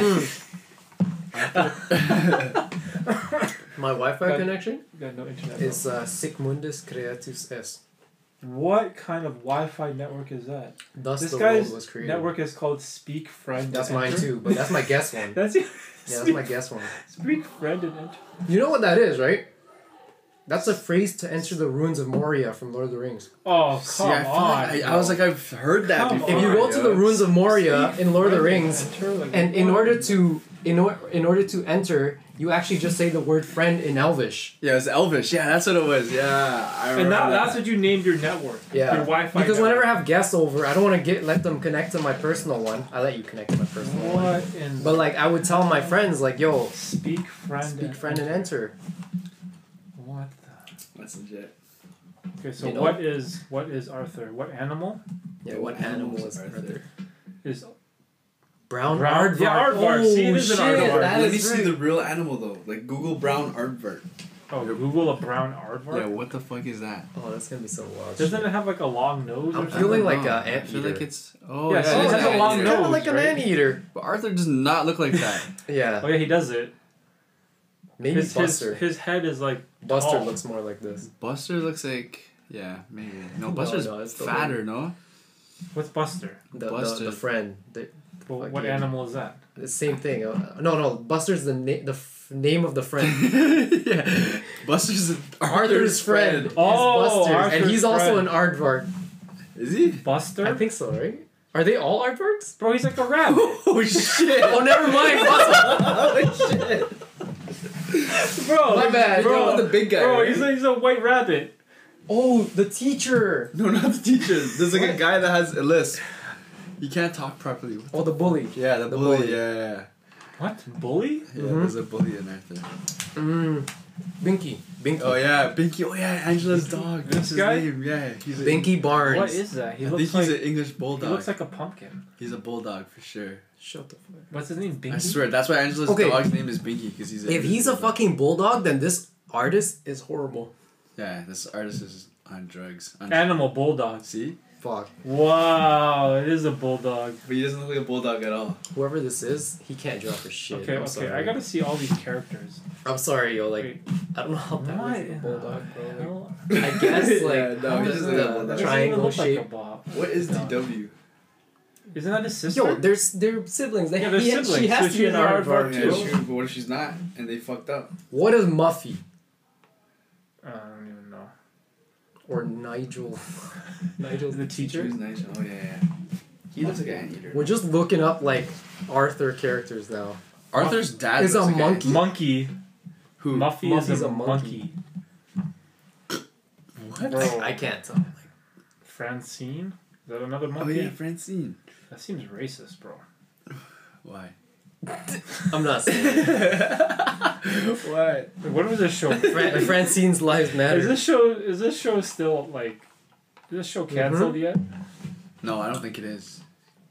Speaker 2: My Wi-Fi
Speaker 3: But-
Speaker 2: connection
Speaker 3: Got no internet.
Speaker 2: is uh, Sigmundus Creatus S.
Speaker 3: what kind of Wi-Fi network is that?
Speaker 2: Thus
Speaker 3: This
Speaker 2: the
Speaker 3: guy's
Speaker 2: world was created.
Speaker 3: Network is called Speak Friend.
Speaker 2: That's
Speaker 3: and
Speaker 2: mine
Speaker 3: Enter.
Speaker 2: too, but that's my guess one.
Speaker 3: That's it.
Speaker 2: Yeah, that's my guess one.
Speaker 3: Speak Friend and Enter.
Speaker 2: You know what that is, right? That's a phrase to enter the ruins of Moria from Lord of the Rings.
Speaker 3: Oh come
Speaker 1: See, I, feel
Speaker 3: on!
Speaker 1: like I, I was like, I've heard that
Speaker 3: Come
Speaker 1: before.
Speaker 2: If you go
Speaker 1: yo.
Speaker 2: to the ruins of Moria
Speaker 3: Speak
Speaker 2: in Lord of the
Speaker 3: Friend and
Speaker 2: Rings,
Speaker 3: Enter, like,
Speaker 2: and in
Speaker 3: what?
Speaker 2: order to in, or, in order to enter, you actually just say the word friend in Elvish.
Speaker 1: Yeah, it's Elvish. Yeah, that's what it was. Yeah, I remember.
Speaker 3: and
Speaker 1: that.
Speaker 3: that, that's what you named your network.
Speaker 2: Yeah.
Speaker 3: Your Wi-Fi.
Speaker 2: Because
Speaker 3: network.
Speaker 2: whenever I have guests over, I don't want to get let them connect to my personal one. I let you connect to my personal one.
Speaker 3: What in
Speaker 2: But like I would tell my friends like, "Yo,
Speaker 3: Speak Friend.
Speaker 2: speak
Speaker 3: and
Speaker 2: friend and enter."
Speaker 3: What the?
Speaker 1: That's legit.
Speaker 3: Okay, so
Speaker 2: You know-
Speaker 3: what is what is Arthur? What animal
Speaker 2: Yeah, what animal is
Speaker 1: Arthur?
Speaker 2: Arthur?
Speaker 3: is?
Speaker 2: Brown
Speaker 3: Brown-
Speaker 2: aardvark.
Speaker 3: yeah, aardvark.
Speaker 2: Oh,
Speaker 3: See, it is an
Speaker 2: shit,
Speaker 3: aardvark.
Speaker 2: that
Speaker 1: Let
Speaker 2: is
Speaker 1: me see
Speaker 2: right.
Speaker 1: the real animal though. Like Google brown aardvark.
Speaker 3: Oh, Google a brown aardvark.
Speaker 1: Yeah, what the fuck is that?
Speaker 2: Oh, that's gonna be so wild.
Speaker 3: Doesn't it have like a long nose?
Speaker 2: I'm
Speaker 3: or
Speaker 1: I don't
Speaker 2: feeling
Speaker 3: something?
Speaker 2: like
Speaker 1: know.
Speaker 2: a
Speaker 1: I feel
Speaker 2: anteater.
Speaker 1: like uh, it's oh,
Speaker 3: Yeah,
Speaker 1: yeah,
Speaker 3: so
Speaker 1: it
Speaker 3: it
Speaker 1: is
Speaker 3: has
Speaker 1: an
Speaker 3: a long
Speaker 1: anteater.
Speaker 2: Kinda
Speaker 3: nose,
Speaker 2: like an
Speaker 3: right?
Speaker 2: anteater.
Speaker 1: But Arthur does not look like that.
Speaker 3: Oh
Speaker 2: Yeah,
Speaker 3: yeah, he does it.
Speaker 2: maybe
Speaker 3: His, his,
Speaker 2: Buster.
Speaker 3: his head is like
Speaker 2: Buster
Speaker 3: tall.
Speaker 2: looks more like this.
Speaker 1: Buster looks like yeah, maybe no.
Speaker 2: No,
Speaker 1: Buster's
Speaker 2: no, it's the
Speaker 1: fatter, no.
Speaker 3: what's Buster?
Speaker 2: The, the,
Speaker 1: Buster.
Speaker 2: the friend. The,
Speaker 3: Well,
Speaker 2: Fuck
Speaker 3: what
Speaker 2: yeah.
Speaker 3: animal is that?
Speaker 2: the same thing. Uh, no, no. Buster's the na- the f- name of the friend.
Speaker 1: yeah, Buster's
Speaker 2: Arthur's friend. is
Speaker 3: Oh,
Speaker 2: Buster, and
Speaker 3: Arthur's
Speaker 2: he's also an
Speaker 3: friend.
Speaker 2: aardvark.
Speaker 1: Is he?
Speaker 3: Buster?
Speaker 2: I think so, right? Are they all aardvarks?
Speaker 3: Bro, he's like a rabbit.
Speaker 1: Oh shit!
Speaker 2: Oh, never mind. Buster.
Speaker 1: shit!
Speaker 3: bro,
Speaker 2: My bad.
Speaker 1: You're
Speaker 3: Bro,
Speaker 1: the big guy.
Speaker 3: bro,
Speaker 1: right?
Speaker 3: he's, a, he's a white rabbit.
Speaker 2: Oh, the teacher.
Speaker 1: no, not the teacher. There's like a
Speaker 2: What?
Speaker 1: guy that has a list. He can't talk properly.
Speaker 2: Oh, the bully.
Speaker 1: Yeah, the,
Speaker 2: The
Speaker 1: bully. Mm-hmm.
Speaker 2: bully.
Speaker 1: Yeah, yeah,
Speaker 3: What bully?
Speaker 1: yeah.
Speaker 2: Mhm.
Speaker 1: There's a bully in Arthur.
Speaker 2: Mm. Binky. Binky.
Speaker 1: Oh yeah, Binky. Oh yeah, Angela's dog.
Speaker 3: This
Speaker 1: That's his
Speaker 3: guy?
Speaker 1: name. Yeah, he's a,
Speaker 2: Binky Barnes.
Speaker 3: What is that? He
Speaker 1: I
Speaker 3: looks
Speaker 1: think
Speaker 3: like
Speaker 1: he's an English
Speaker 3: he
Speaker 1: bulldog.
Speaker 3: looks like a pumpkin.
Speaker 1: he's a bulldog for sure.
Speaker 2: Shut the fuck.
Speaker 3: What's his name? Binky.
Speaker 1: I swear, that's why Angela's
Speaker 2: Okay.
Speaker 1: dog's name is Binky because he's.
Speaker 2: If he's a
Speaker 1: fucking.
Speaker 2: fucking bulldog, then this artist is horrible.
Speaker 1: Yeah, this artist is on drugs. On
Speaker 3: Animal bulldog.
Speaker 1: See?
Speaker 2: Fuck.
Speaker 3: Wow, it is a bulldog.
Speaker 1: But he doesn't look like a bulldog at all.
Speaker 2: Whoever this is, he can't draw for shit.
Speaker 3: Okay,
Speaker 2: I'm
Speaker 3: okay,
Speaker 2: Sorry.
Speaker 3: I gotta see all these characters.
Speaker 2: I'm sorry, yo. Like,
Speaker 3: Wait.
Speaker 2: I don't know how that
Speaker 3: What
Speaker 2: was a
Speaker 3: in
Speaker 2: bulldog,
Speaker 3: the
Speaker 2: bro.
Speaker 3: hell?
Speaker 2: Like, I guess
Speaker 1: Yeah,
Speaker 2: like
Speaker 1: no,
Speaker 2: how
Speaker 1: he's
Speaker 2: is
Speaker 1: just like a
Speaker 2: the
Speaker 1: bulldog.
Speaker 2: triangle
Speaker 3: Doesn't even
Speaker 2: shape.
Speaker 3: look Like a bob.
Speaker 1: What is
Speaker 3: No.
Speaker 1: DW?
Speaker 3: Isn't that his sister?
Speaker 2: Yo, there's they're siblings. They
Speaker 3: Yeah,
Speaker 2: have
Speaker 3: they're
Speaker 2: he, She
Speaker 3: siblings,
Speaker 2: has
Speaker 3: so
Speaker 2: to
Speaker 3: she
Speaker 2: be an
Speaker 3: and Aardvark
Speaker 2: aardvark
Speaker 1: Yeah,
Speaker 3: too.
Speaker 2: too.
Speaker 1: she, but what if she's not? And they fucked up.
Speaker 2: What is Muffy
Speaker 3: I don't even know.
Speaker 2: or Nigel? Nigel's
Speaker 3: The
Speaker 1: She
Speaker 3: teacher?
Speaker 1: was nice. Oh, yeah, yeah. He looks like an anteater.
Speaker 2: We're just looking up like Arthur characters now.
Speaker 1: Arthur's dad
Speaker 2: Is
Speaker 1: looks
Speaker 2: a
Speaker 1: like an
Speaker 2: monkey?
Speaker 1: anteater.
Speaker 3: Monkey.
Speaker 1: Who?
Speaker 3: Muffy is
Speaker 2: Muffy's
Speaker 3: a,
Speaker 2: a monkey.
Speaker 3: monkey.
Speaker 1: What?
Speaker 3: Bro.
Speaker 2: I, I can't tell.
Speaker 3: Francine? Is that another
Speaker 1: Oh,
Speaker 3: monkey?
Speaker 1: yeah, Francine.
Speaker 3: That seems racist, bro.
Speaker 1: Why?
Speaker 2: I'm not saying. it.
Speaker 1: Why?
Speaker 3: Wait, what was this show?
Speaker 2: Fran-
Speaker 3: Like,
Speaker 2: Francine's lives matter.
Speaker 3: is this show is this show still like is this show canceled yet?
Speaker 1: No, I don't think it is.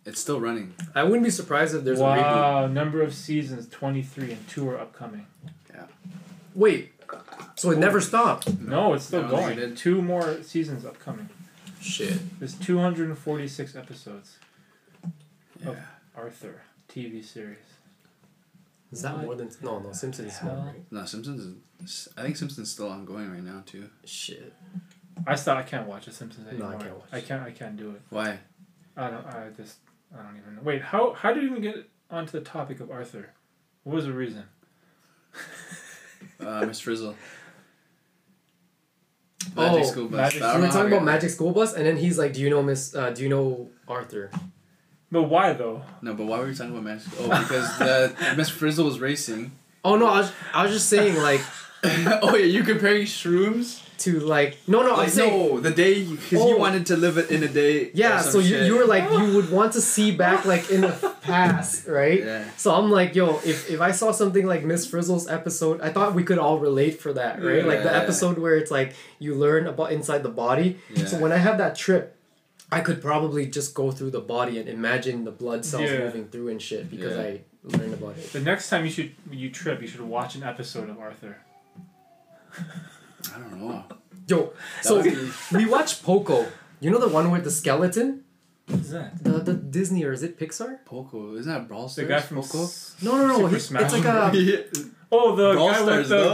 Speaker 1: It's still running.
Speaker 2: I wouldn't be surprised if there's a reboot.
Speaker 3: wow, number of seasons twenty three and two are upcoming.
Speaker 2: Wait, so it never stopped.
Speaker 3: No, it's
Speaker 1: I
Speaker 3: still
Speaker 1: don't think it
Speaker 3: going.
Speaker 1: did.
Speaker 3: Two more seasons upcoming.
Speaker 2: Shit.
Speaker 3: There's two hundred and forty six episodes. Oh.
Speaker 1: Yeah.
Speaker 3: Arthur TV series.
Speaker 2: Is that more than no no Simpsons? is more,
Speaker 3: Hell.
Speaker 2: right?
Speaker 1: No, Simpsons is. I think Simpsons is still ongoing right now, too.
Speaker 2: Shit.
Speaker 3: I still I can't watch The Simpsons
Speaker 2: No, I
Speaker 3: anymore.
Speaker 2: can't watch
Speaker 3: I
Speaker 2: it.
Speaker 3: can't I can't do it.
Speaker 1: Why?
Speaker 3: I don't I just I don't even know. Wait, how how did we even get onto the topic of Arthur? What was the reason?
Speaker 1: Uh, Miss Frizzle.
Speaker 2: Oh,
Speaker 1: Bus.
Speaker 3: Magic
Speaker 1: I don't know how I
Speaker 2: We were talking about
Speaker 1: got-
Speaker 2: Magic School Bus, and then he's like, "Do you know Miss? Uh, do you know Arthur?"
Speaker 3: But why though?
Speaker 1: No, but why were you talking about Magic? Oh, because the Miss Frizzle was racing.
Speaker 2: Oh no, I was, I was just saying like
Speaker 1: oh yeah, you comparing shrooms?
Speaker 2: to like no Oh, no I'm
Speaker 1: Like,
Speaker 2: saying
Speaker 1: no, the day because
Speaker 2: Oh.
Speaker 1: you wanted to live it in a day. or
Speaker 2: yeah.
Speaker 1: some
Speaker 2: So you,
Speaker 1: shit.
Speaker 2: you were like you would want to see back like in the past, right?
Speaker 1: Yeah.
Speaker 2: So I'm like, yo, if, if I saw something like Miss Frizzle's episode, I thought we could all relate for that, right? Like the
Speaker 1: Yeah.
Speaker 2: episode where it's like you learn about inside the body. So
Speaker 1: Yeah.
Speaker 2: when I had that trip, I could probably just go through the body and imagine the blood cells
Speaker 3: Yeah.
Speaker 2: moving through and shit because
Speaker 1: Yeah.
Speaker 2: I learned about it.
Speaker 3: The next time you should you trip, you should watch an episode of Arthur.
Speaker 1: I don't know.
Speaker 2: Yo,
Speaker 1: That
Speaker 2: so
Speaker 1: would be-
Speaker 2: we watched Poco. You know the one with the skeleton?
Speaker 3: What is that?
Speaker 2: The, the Disney or is it Pixar?
Speaker 1: Poco isn't that Brawl
Speaker 3: The
Speaker 1: Stars?
Speaker 3: guy from
Speaker 1: Poco.
Speaker 3: S-
Speaker 2: No, no, no.
Speaker 3: Super
Speaker 2: he-
Speaker 3: Smash
Speaker 2: it's like a
Speaker 1: yeah.
Speaker 3: Oh, the
Speaker 1: Brawl
Speaker 3: guy
Speaker 1: Stars,
Speaker 3: with the
Speaker 1: though.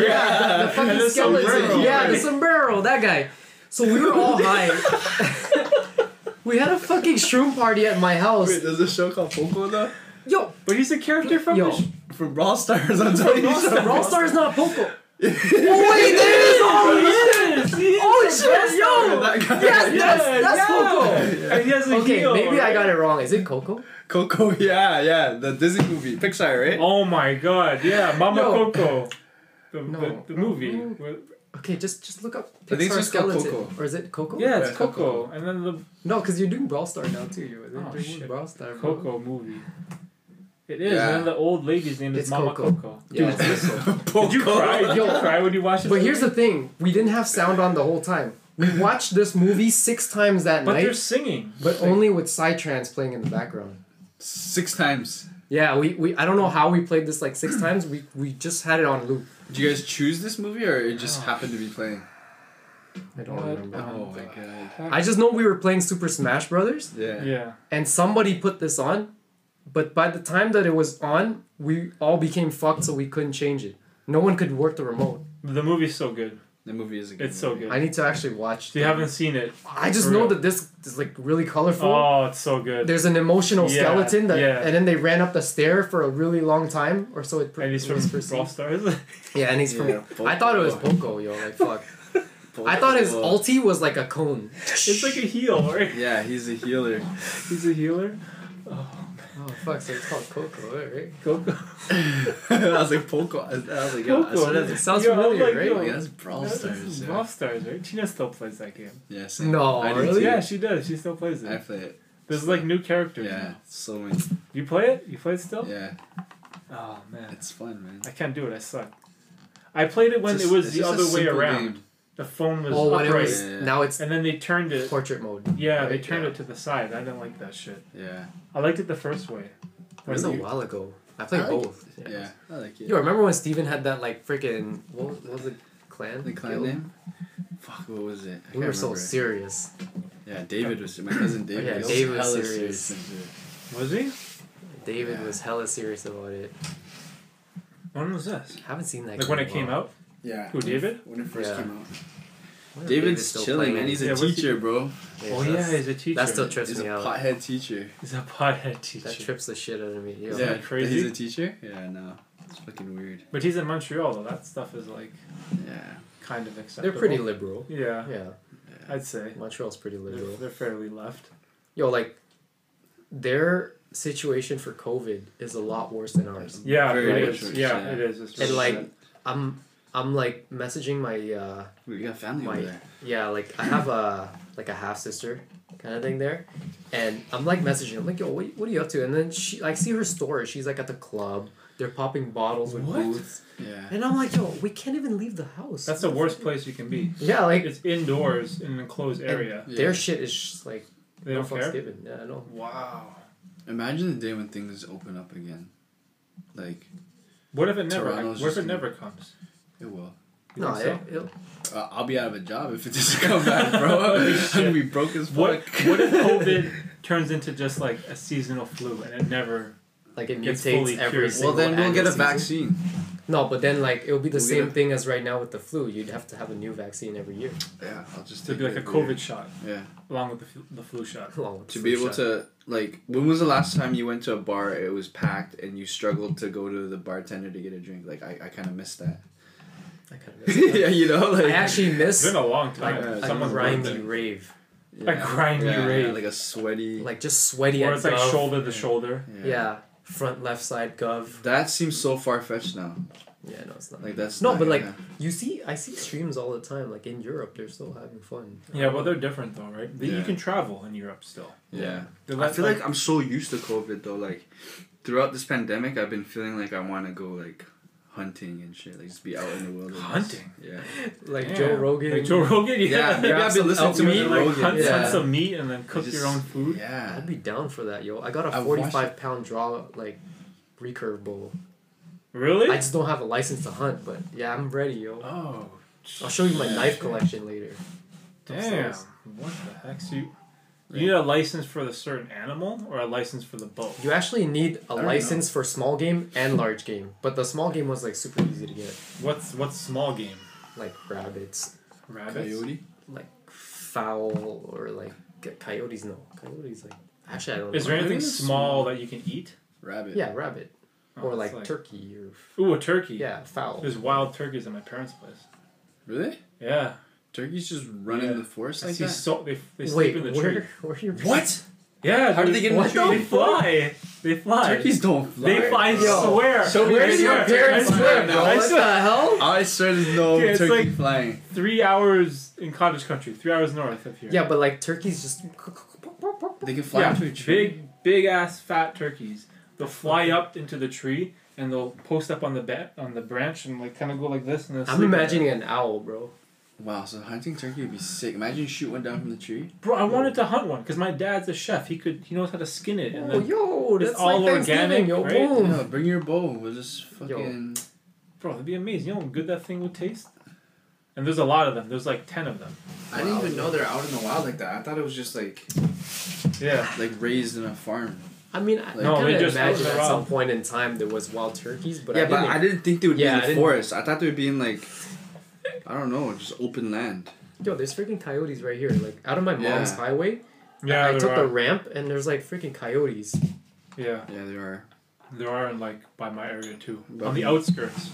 Speaker 2: yeah, the, the
Speaker 3: And
Speaker 2: fucking
Speaker 3: the
Speaker 2: skeleton.
Speaker 3: sombrero,
Speaker 2: yeah, the
Speaker 3: right?
Speaker 2: sombrero. That guy. So we were all high. we had a fucking shroom party at my house.
Speaker 1: Wait, there's a show called Poco though
Speaker 2: Yo,
Speaker 3: But he's a character from
Speaker 2: Yo.
Speaker 3: the sh-
Speaker 1: from Brawl Stars. I'm telling you.
Speaker 2: Brawl Stars not Poco. oh wait, there is. Oh shit! Oh shit! Yo.
Speaker 1: That guy.
Speaker 2: Yes, that's, that's
Speaker 3: yeah.
Speaker 2: Poco.
Speaker 3: and he has a
Speaker 2: Okay,
Speaker 3: heel,
Speaker 2: maybe I
Speaker 3: right?
Speaker 2: got it wrong. Is it Coco?
Speaker 1: Coco. Yeah, yeah. The Disney movie, Pixar, right?
Speaker 3: Oh my god, yeah, Mama
Speaker 2: No.
Speaker 3: Coco. The,
Speaker 2: No.
Speaker 3: the, the movie.
Speaker 2: Mm.
Speaker 3: with-
Speaker 2: Okay, just just look up
Speaker 1: I think it's
Speaker 2: Pixar
Speaker 1: just called
Speaker 2: skeleton,
Speaker 1: Coco.
Speaker 2: or is it Coco?
Speaker 3: Yeah, it's
Speaker 1: Yeah,
Speaker 3: Coco.
Speaker 1: Coco.
Speaker 3: And then the
Speaker 2: No, because you're doing Brawl Star now too. You're
Speaker 3: Oh,
Speaker 2: doing
Speaker 3: shit.
Speaker 2: Brawl Star. bro.
Speaker 3: Coco movie. It is,
Speaker 1: Yeah.
Speaker 3: and then the old lady's name is
Speaker 2: It's
Speaker 3: Mama
Speaker 2: Coco.
Speaker 3: Coco.
Speaker 2: Yeah.
Speaker 3: Dude, listen.
Speaker 1: Poco.
Speaker 3: Did you cry? Did you cry when you watched it?
Speaker 2: But here's the thing: we didn't have sound on the whole time. We watched this movie six times that
Speaker 3: But
Speaker 2: night,
Speaker 3: they're singing.
Speaker 2: but only with Psytrance playing in the background.
Speaker 1: six times.
Speaker 2: Yeah, we, we I don't know how we played this like six times. We we just had it on loop.
Speaker 1: Did you guys choose this movie or it just happened to be playing?
Speaker 2: I don't
Speaker 3: What?
Speaker 2: remember.
Speaker 1: Oh my god.
Speaker 2: um, I just know we were playing Super Smash Brothers
Speaker 1: Yeah.
Speaker 3: yeah.
Speaker 2: and somebody put this on, but by the time that it was on, we all became fucked so we couldn't change it. No one could work the remote.
Speaker 3: The movie's so good.
Speaker 1: The movie is a good
Speaker 3: It's so
Speaker 1: movie.
Speaker 3: good.
Speaker 2: I need to actually watch.
Speaker 3: If you
Speaker 2: the-
Speaker 3: haven't seen it,
Speaker 2: I just
Speaker 3: For
Speaker 2: know
Speaker 3: real.
Speaker 2: that this is like really colorful.
Speaker 3: oh, it's so good.
Speaker 2: There's an emotional
Speaker 3: Yeah,
Speaker 2: skeleton that,
Speaker 3: yeah.
Speaker 2: and then they ran up the stair for a really long time, or so it. per-
Speaker 3: And he's from
Speaker 2: was
Speaker 3: Brawl
Speaker 2: perceived.
Speaker 3: Stars.
Speaker 2: Yeah, and he's from.
Speaker 1: Yeah,
Speaker 2: I thought it was
Speaker 1: Poco.
Speaker 2: Poco, yo. Like fuck. I thought his ulti was like a cone.
Speaker 3: it's like a heel, right?
Speaker 1: Yeah, he's a healer.
Speaker 3: He's a healer.
Speaker 2: Oh fuck! So it's called Coco, right?
Speaker 3: Coco.
Speaker 1: I was like Poco. I was like, yo, I
Speaker 3: Poco.
Speaker 1: saw that.
Speaker 2: It sounds
Speaker 3: Yo, I'm
Speaker 2: familiar,
Speaker 3: like,
Speaker 2: right?
Speaker 3: yo,
Speaker 1: Like, that's Brawl
Speaker 3: That's-
Speaker 1: Stars.
Speaker 3: that's
Speaker 1: Yeah.
Speaker 3: Brawl Stars, right? Tina still plays that game.
Speaker 1: yeah same.
Speaker 2: No,
Speaker 1: I do
Speaker 2: Really?
Speaker 1: too.
Speaker 3: Yeah, she does. She still plays
Speaker 1: I
Speaker 3: it.
Speaker 1: play it.
Speaker 3: There's like new characters.
Speaker 1: Yeah,
Speaker 3: now.
Speaker 1: so many.
Speaker 3: You play it? You play it still?
Speaker 1: Yeah,
Speaker 3: Oh man,
Speaker 1: it's fun, man.
Speaker 3: I can't do it. I suck. I played it when
Speaker 1: Just-
Speaker 3: it was
Speaker 1: it's
Speaker 3: the
Speaker 1: just a
Speaker 3: other way
Speaker 1: simple
Speaker 3: around.
Speaker 1: game.
Speaker 3: The phone was
Speaker 2: Oh, when it
Speaker 3: upright,
Speaker 2: was
Speaker 1: Yeah.
Speaker 2: now it's
Speaker 3: and then they turned it.
Speaker 2: portrait mode.
Speaker 3: Yeah, they
Speaker 2: Right,
Speaker 3: turned
Speaker 2: yeah.
Speaker 3: it to the side. I didn't like that shit.
Speaker 1: Yeah,
Speaker 3: I liked it the first way.
Speaker 2: It was a
Speaker 1: Really?
Speaker 2: while ago. I played
Speaker 1: I like
Speaker 2: both.
Speaker 3: Yeah.
Speaker 1: yeah, I like it.
Speaker 2: Yo, remember when Steven had that like freaking what was, what was it? Clan.
Speaker 1: the clan
Speaker 2: Guild?
Speaker 1: name? Fuck, what was it? I
Speaker 2: We were
Speaker 1: can't
Speaker 2: so
Speaker 1: remember.
Speaker 2: serious.
Speaker 1: Yeah, David was my cousin David.
Speaker 2: Yeah,
Speaker 1: was
Speaker 2: David was
Speaker 1: hella
Speaker 2: serious.
Speaker 1: into it.
Speaker 3: Was he?
Speaker 2: David
Speaker 1: Yeah.
Speaker 2: was hella serious about it.
Speaker 3: When was this?
Speaker 2: haven't seen that.
Speaker 3: Like
Speaker 2: game
Speaker 3: when it
Speaker 2: in a
Speaker 3: came
Speaker 2: while.
Speaker 3: out?
Speaker 1: Yeah.
Speaker 3: Who, David?
Speaker 1: When it first
Speaker 2: Yeah.
Speaker 1: came out.
Speaker 2: I wonder if
Speaker 1: David's
Speaker 2: still
Speaker 1: chilling,
Speaker 2: playing
Speaker 1: man.
Speaker 2: it.
Speaker 1: He's a
Speaker 3: Yeah, what's he-
Speaker 1: teacher, bro.
Speaker 3: oh yeah,
Speaker 2: that's-
Speaker 3: he's a teacher.
Speaker 2: that still trips
Speaker 1: He's a
Speaker 2: me out.
Speaker 1: pothead teacher.
Speaker 3: He's a pothead teacher.
Speaker 2: That trips the shit out of me. Yo.
Speaker 1: yeah,
Speaker 3: that
Speaker 1: but
Speaker 3: crazy?
Speaker 1: He's a teacher. Yeah, no, it's fucking weird.
Speaker 3: But he's in Montreal though. That stuff is like
Speaker 1: Yeah,
Speaker 3: kind of acceptable.
Speaker 2: They're pretty liberal.
Speaker 3: Yeah,
Speaker 2: Yeah,
Speaker 3: I'd say
Speaker 2: Montreal's pretty
Speaker 3: they're,
Speaker 2: liberal.
Speaker 3: they're fairly left.
Speaker 2: Yo, like their situation for COVID is a lot worse than ours.
Speaker 3: Yeah,
Speaker 1: Very
Speaker 3: it
Speaker 1: much
Speaker 3: is.
Speaker 1: worse,
Speaker 3: Yeah,
Speaker 1: yeah.
Speaker 3: it is. It's
Speaker 2: And
Speaker 3: really
Speaker 2: like
Speaker 3: bad.
Speaker 2: I'm I'm like messaging my uh
Speaker 1: we got family
Speaker 2: My-
Speaker 1: over there.
Speaker 2: yeah, like I have a like a half sister kind of thing there. And I'm like messaging, I'm like, yo, what, what are you up to? And then she I see her story, she's like at the club, they're popping bottles with
Speaker 3: What?
Speaker 2: booths.
Speaker 1: Yeah,
Speaker 2: And I'm like, yo, we can't even leave the house.
Speaker 3: that's the worst place you can be.
Speaker 2: Yeah, like
Speaker 3: It's indoors in an enclosed area.
Speaker 1: Yeah.
Speaker 2: their shit is just like
Speaker 3: They
Speaker 2: no
Speaker 3: don't
Speaker 2: fucks
Speaker 3: care.
Speaker 2: given. Yeah, no.
Speaker 3: Wow.
Speaker 1: imagine the day when things open up again. Like
Speaker 3: What if it never?
Speaker 1: Toronto's
Speaker 3: what if
Speaker 1: just
Speaker 3: it never comes?
Speaker 1: it will.
Speaker 3: You
Speaker 2: No,
Speaker 3: think so?
Speaker 2: it, it'll-
Speaker 1: Uh, I'll be out of a job if it doesn't come back, bro. I'm gonna be broke as fuck.
Speaker 3: What What if COVID turns into just like a seasonal flu and it never?
Speaker 2: like it
Speaker 3: Gets
Speaker 2: mutates
Speaker 3: fully
Speaker 2: every
Speaker 3: cured.
Speaker 1: well,
Speaker 2: single
Speaker 1: then we'll
Speaker 2: annual
Speaker 1: get a
Speaker 2: season.
Speaker 1: vaccine.
Speaker 2: No, but then like it'll be the
Speaker 1: We'll get
Speaker 2: same
Speaker 1: a-
Speaker 2: thing as right now with the flu. You'd have to have a new vaccine every year.
Speaker 1: Yeah, I'll just
Speaker 3: To
Speaker 1: take
Speaker 3: be like
Speaker 1: it
Speaker 3: a
Speaker 1: every
Speaker 3: COVID
Speaker 1: year.
Speaker 3: shot
Speaker 1: Yeah,
Speaker 3: along with the, flu- the flu shot.
Speaker 2: Along with the
Speaker 1: to
Speaker 2: flu
Speaker 1: be able
Speaker 2: shot.
Speaker 1: to like, when was the last time you went to a bar? It was packed, and you struggled to go to the bartender to get a drink. Like I, I kind of missed that.
Speaker 2: I, kinda miss that.
Speaker 1: yeah, you know, like
Speaker 2: I actually
Speaker 3: It's
Speaker 2: miss
Speaker 3: been a long
Speaker 2: like
Speaker 3: time.
Speaker 1: Yeah,
Speaker 2: a
Speaker 3: Someone's
Speaker 2: grimy
Speaker 3: birthday.
Speaker 2: rave,
Speaker 1: yeah.
Speaker 3: A grimy
Speaker 1: yeah,
Speaker 3: rave.
Speaker 1: like a sweaty.
Speaker 2: like just sweaty
Speaker 3: Or
Speaker 2: and
Speaker 3: it's like
Speaker 2: gov.
Speaker 3: shoulder to shoulder.
Speaker 2: Yeah. front left side gov.
Speaker 1: That seems so far fetched now.
Speaker 2: Yeah, no, it's not.
Speaker 1: Like that's
Speaker 2: no,
Speaker 1: not
Speaker 2: but like
Speaker 1: gonna-
Speaker 2: you see, I see streams all the time. Like in Europe, they're still having fun.
Speaker 3: Yeah, well, they're different though, right? The- You
Speaker 1: Yeah.
Speaker 3: can travel in Europe still.
Speaker 1: yeah.
Speaker 3: They're
Speaker 1: I
Speaker 3: less,
Speaker 1: feel like I'm so used to COVID though. Like throughout this pandemic, I've been feeling like I want to go like hunting and shit. Like just be out in the wilderness.
Speaker 3: Hunting?
Speaker 1: Yeah.
Speaker 2: Like
Speaker 3: Yeah.
Speaker 2: Joe Rogan.
Speaker 3: Like Joe Rogan, yeah.
Speaker 1: Yeah, maybe
Speaker 2: Grab
Speaker 1: I've
Speaker 2: some
Speaker 1: been listening to
Speaker 2: elk
Speaker 1: Joe
Speaker 2: meat,
Speaker 3: like
Speaker 1: Rogan.
Speaker 3: hunt
Speaker 2: yeah.
Speaker 3: hunt some meat and then cook
Speaker 1: Just-
Speaker 3: your own food.
Speaker 1: Yeah.
Speaker 2: I'd be down for that, yo. I got a
Speaker 1: I've watched-
Speaker 2: forty-five pound draw like recurve bowl.
Speaker 3: Really?
Speaker 2: I just don't have a license to hunt, but yeah, I'm ready, yo.
Speaker 3: oh.
Speaker 2: I'll show you my
Speaker 1: Yeah.
Speaker 2: knife collection later.
Speaker 3: Damn.
Speaker 2: upstairs.
Speaker 3: What the heck? So you, you need a license for the certain animal or a license for the boat?
Speaker 2: You actually need a
Speaker 1: don't
Speaker 2: license for small game and large game, but the small game was like super easy to get,
Speaker 3: What's what's small game?
Speaker 2: like rabbits,
Speaker 3: Rabbits.
Speaker 1: Coyote.
Speaker 2: like fowl or like c- coyotes. No, coyotes like actually I don't.
Speaker 3: Is
Speaker 2: know.
Speaker 3: there
Speaker 1: Maybe
Speaker 3: anything
Speaker 1: it's
Speaker 3: small that you can eat?
Speaker 1: Rabbit.
Speaker 2: Yeah, rabbit
Speaker 3: Oh,
Speaker 2: or
Speaker 3: it's
Speaker 2: like, turkey or
Speaker 3: Ooh, a turkey.
Speaker 2: yeah fowl.
Speaker 3: There's wild turkeys at my parents' place.
Speaker 1: Really?
Speaker 3: Yeah.
Speaker 1: Turkeys just running
Speaker 3: Yeah.
Speaker 1: in the forest
Speaker 3: I
Speaker 1: like
Speaker 3: see
Speaker 1: that.
Speaker 3: so they, they
Speaker 2: Wait,
Speaker 3: sleep in the
Speaker 2: where
Speaker 3: tree.
Speaker 2: where are your
Speaker 1: What?
Speaker 3: Yeah.
Speaker 1: How do
Speaker 3: dude,
Speaker 1: they get in the
Speaker 3: what
Speaker 1: tree?
Speaker 3: They fly. They fly.
Speaker 1: Turkeys don't fly.
Speaker 3: They fly. I
Speaker 2: Yo,
Speaker 3: swear.
Speaker 1: show me
Speaker 3: I
Speaker 1: Where's your
Speaker 3: swear.
Speaker 1: parents'
Speaker 3: I swear.
Speaker 1: right now?
Speaker 3: I
Speaker 2: What the
Speaker 3: swear.
Speaker 2: hell?
Speaker 1: I swear there's no
Speaker 3: Yeah, it's
Speaker 1: turkey
Speaker 3: like-
Speaker 1: flying.
Speaker 3: Three hours in cottage country. Three hours north of here.
Speaker 2: Yeah, but like turkeys just.
Speaker 1: They can fly into a tree.
Speaker 3: Big, big ass fat turkeys. They'll fly up into the tree and they'll post up on the ba- on the branch and like kind of go like this. And they'll
Speaker 2: I'm
Speaker 3: sleep
Speaker 2: imagining an owl, bro.
Speaker 3: there.
Speaker 1: Wow, so hunting turkey would be sick. Imagine you shoot one down from the tree.
Speaker 3: Bro, I wanted to hunt one because my dad's a chef. He could, he knows how to skin it. And
Speaker 2: Oh,
Speaker 3: then,
Speaker 2: yo,
Speaker 3: it's
Speaker 2: that's
Speaker 3: all
Speaker 2: like Thanksgiving,
Speaker 3: organic,
Speaker 2: yo,
Speaker 3: right?
Speaker 2: boom.
Speaker 1: Yeah, bring your bow. We'll just fucking.
Speaker 3: bro, that'd be amazing. You know how good that thing would taste. And there's a lot of them. There's like ten of them.
Speaker 1: I didn't even know they're out in the wild like that. I thought it was just like
Speaker 3: Yeah.
Speaker 1: like raised in a farm.
Speaker 2: I mean, I,
Speaker 1: No,
Speaker 2: I
Speaker 3: they
Speaker 2: kind of
Speaker 3: just
Speaker 2: imagine
Speaker 3: throw it
Speaker 2: at some
Speaker 3: out.
Speaker 2: point in time there was wild turkeys, but
Speaker 1: yeah,
Speaker 2: I didn't.
Speaker 1: but I didn't think they would
Speaker 2: Yeah, I
Speaker 1: be in
Speaker 2: didn't-
Speaker 1: the forest. I thought they would be in like, I don't know, just open land.
Speaker 2: yo, there's freaking coyotes right here. Like out of my mom's
Speaker 1: Yeah.
Speaker 2: highway,
Speaker 3: Yeah.
Speaker 2: I
Speaker 3: there
Speaker 2: took
Speaker 3: are.
Speaker 2: the ramp and there's like freaking coyotes.
Speaker 3: yeah.
Speaker 1: Yeah, they are.
Speaker 3: There are in like by my area too.
Speaker 1: But-
Speaker 3: On the outskirts.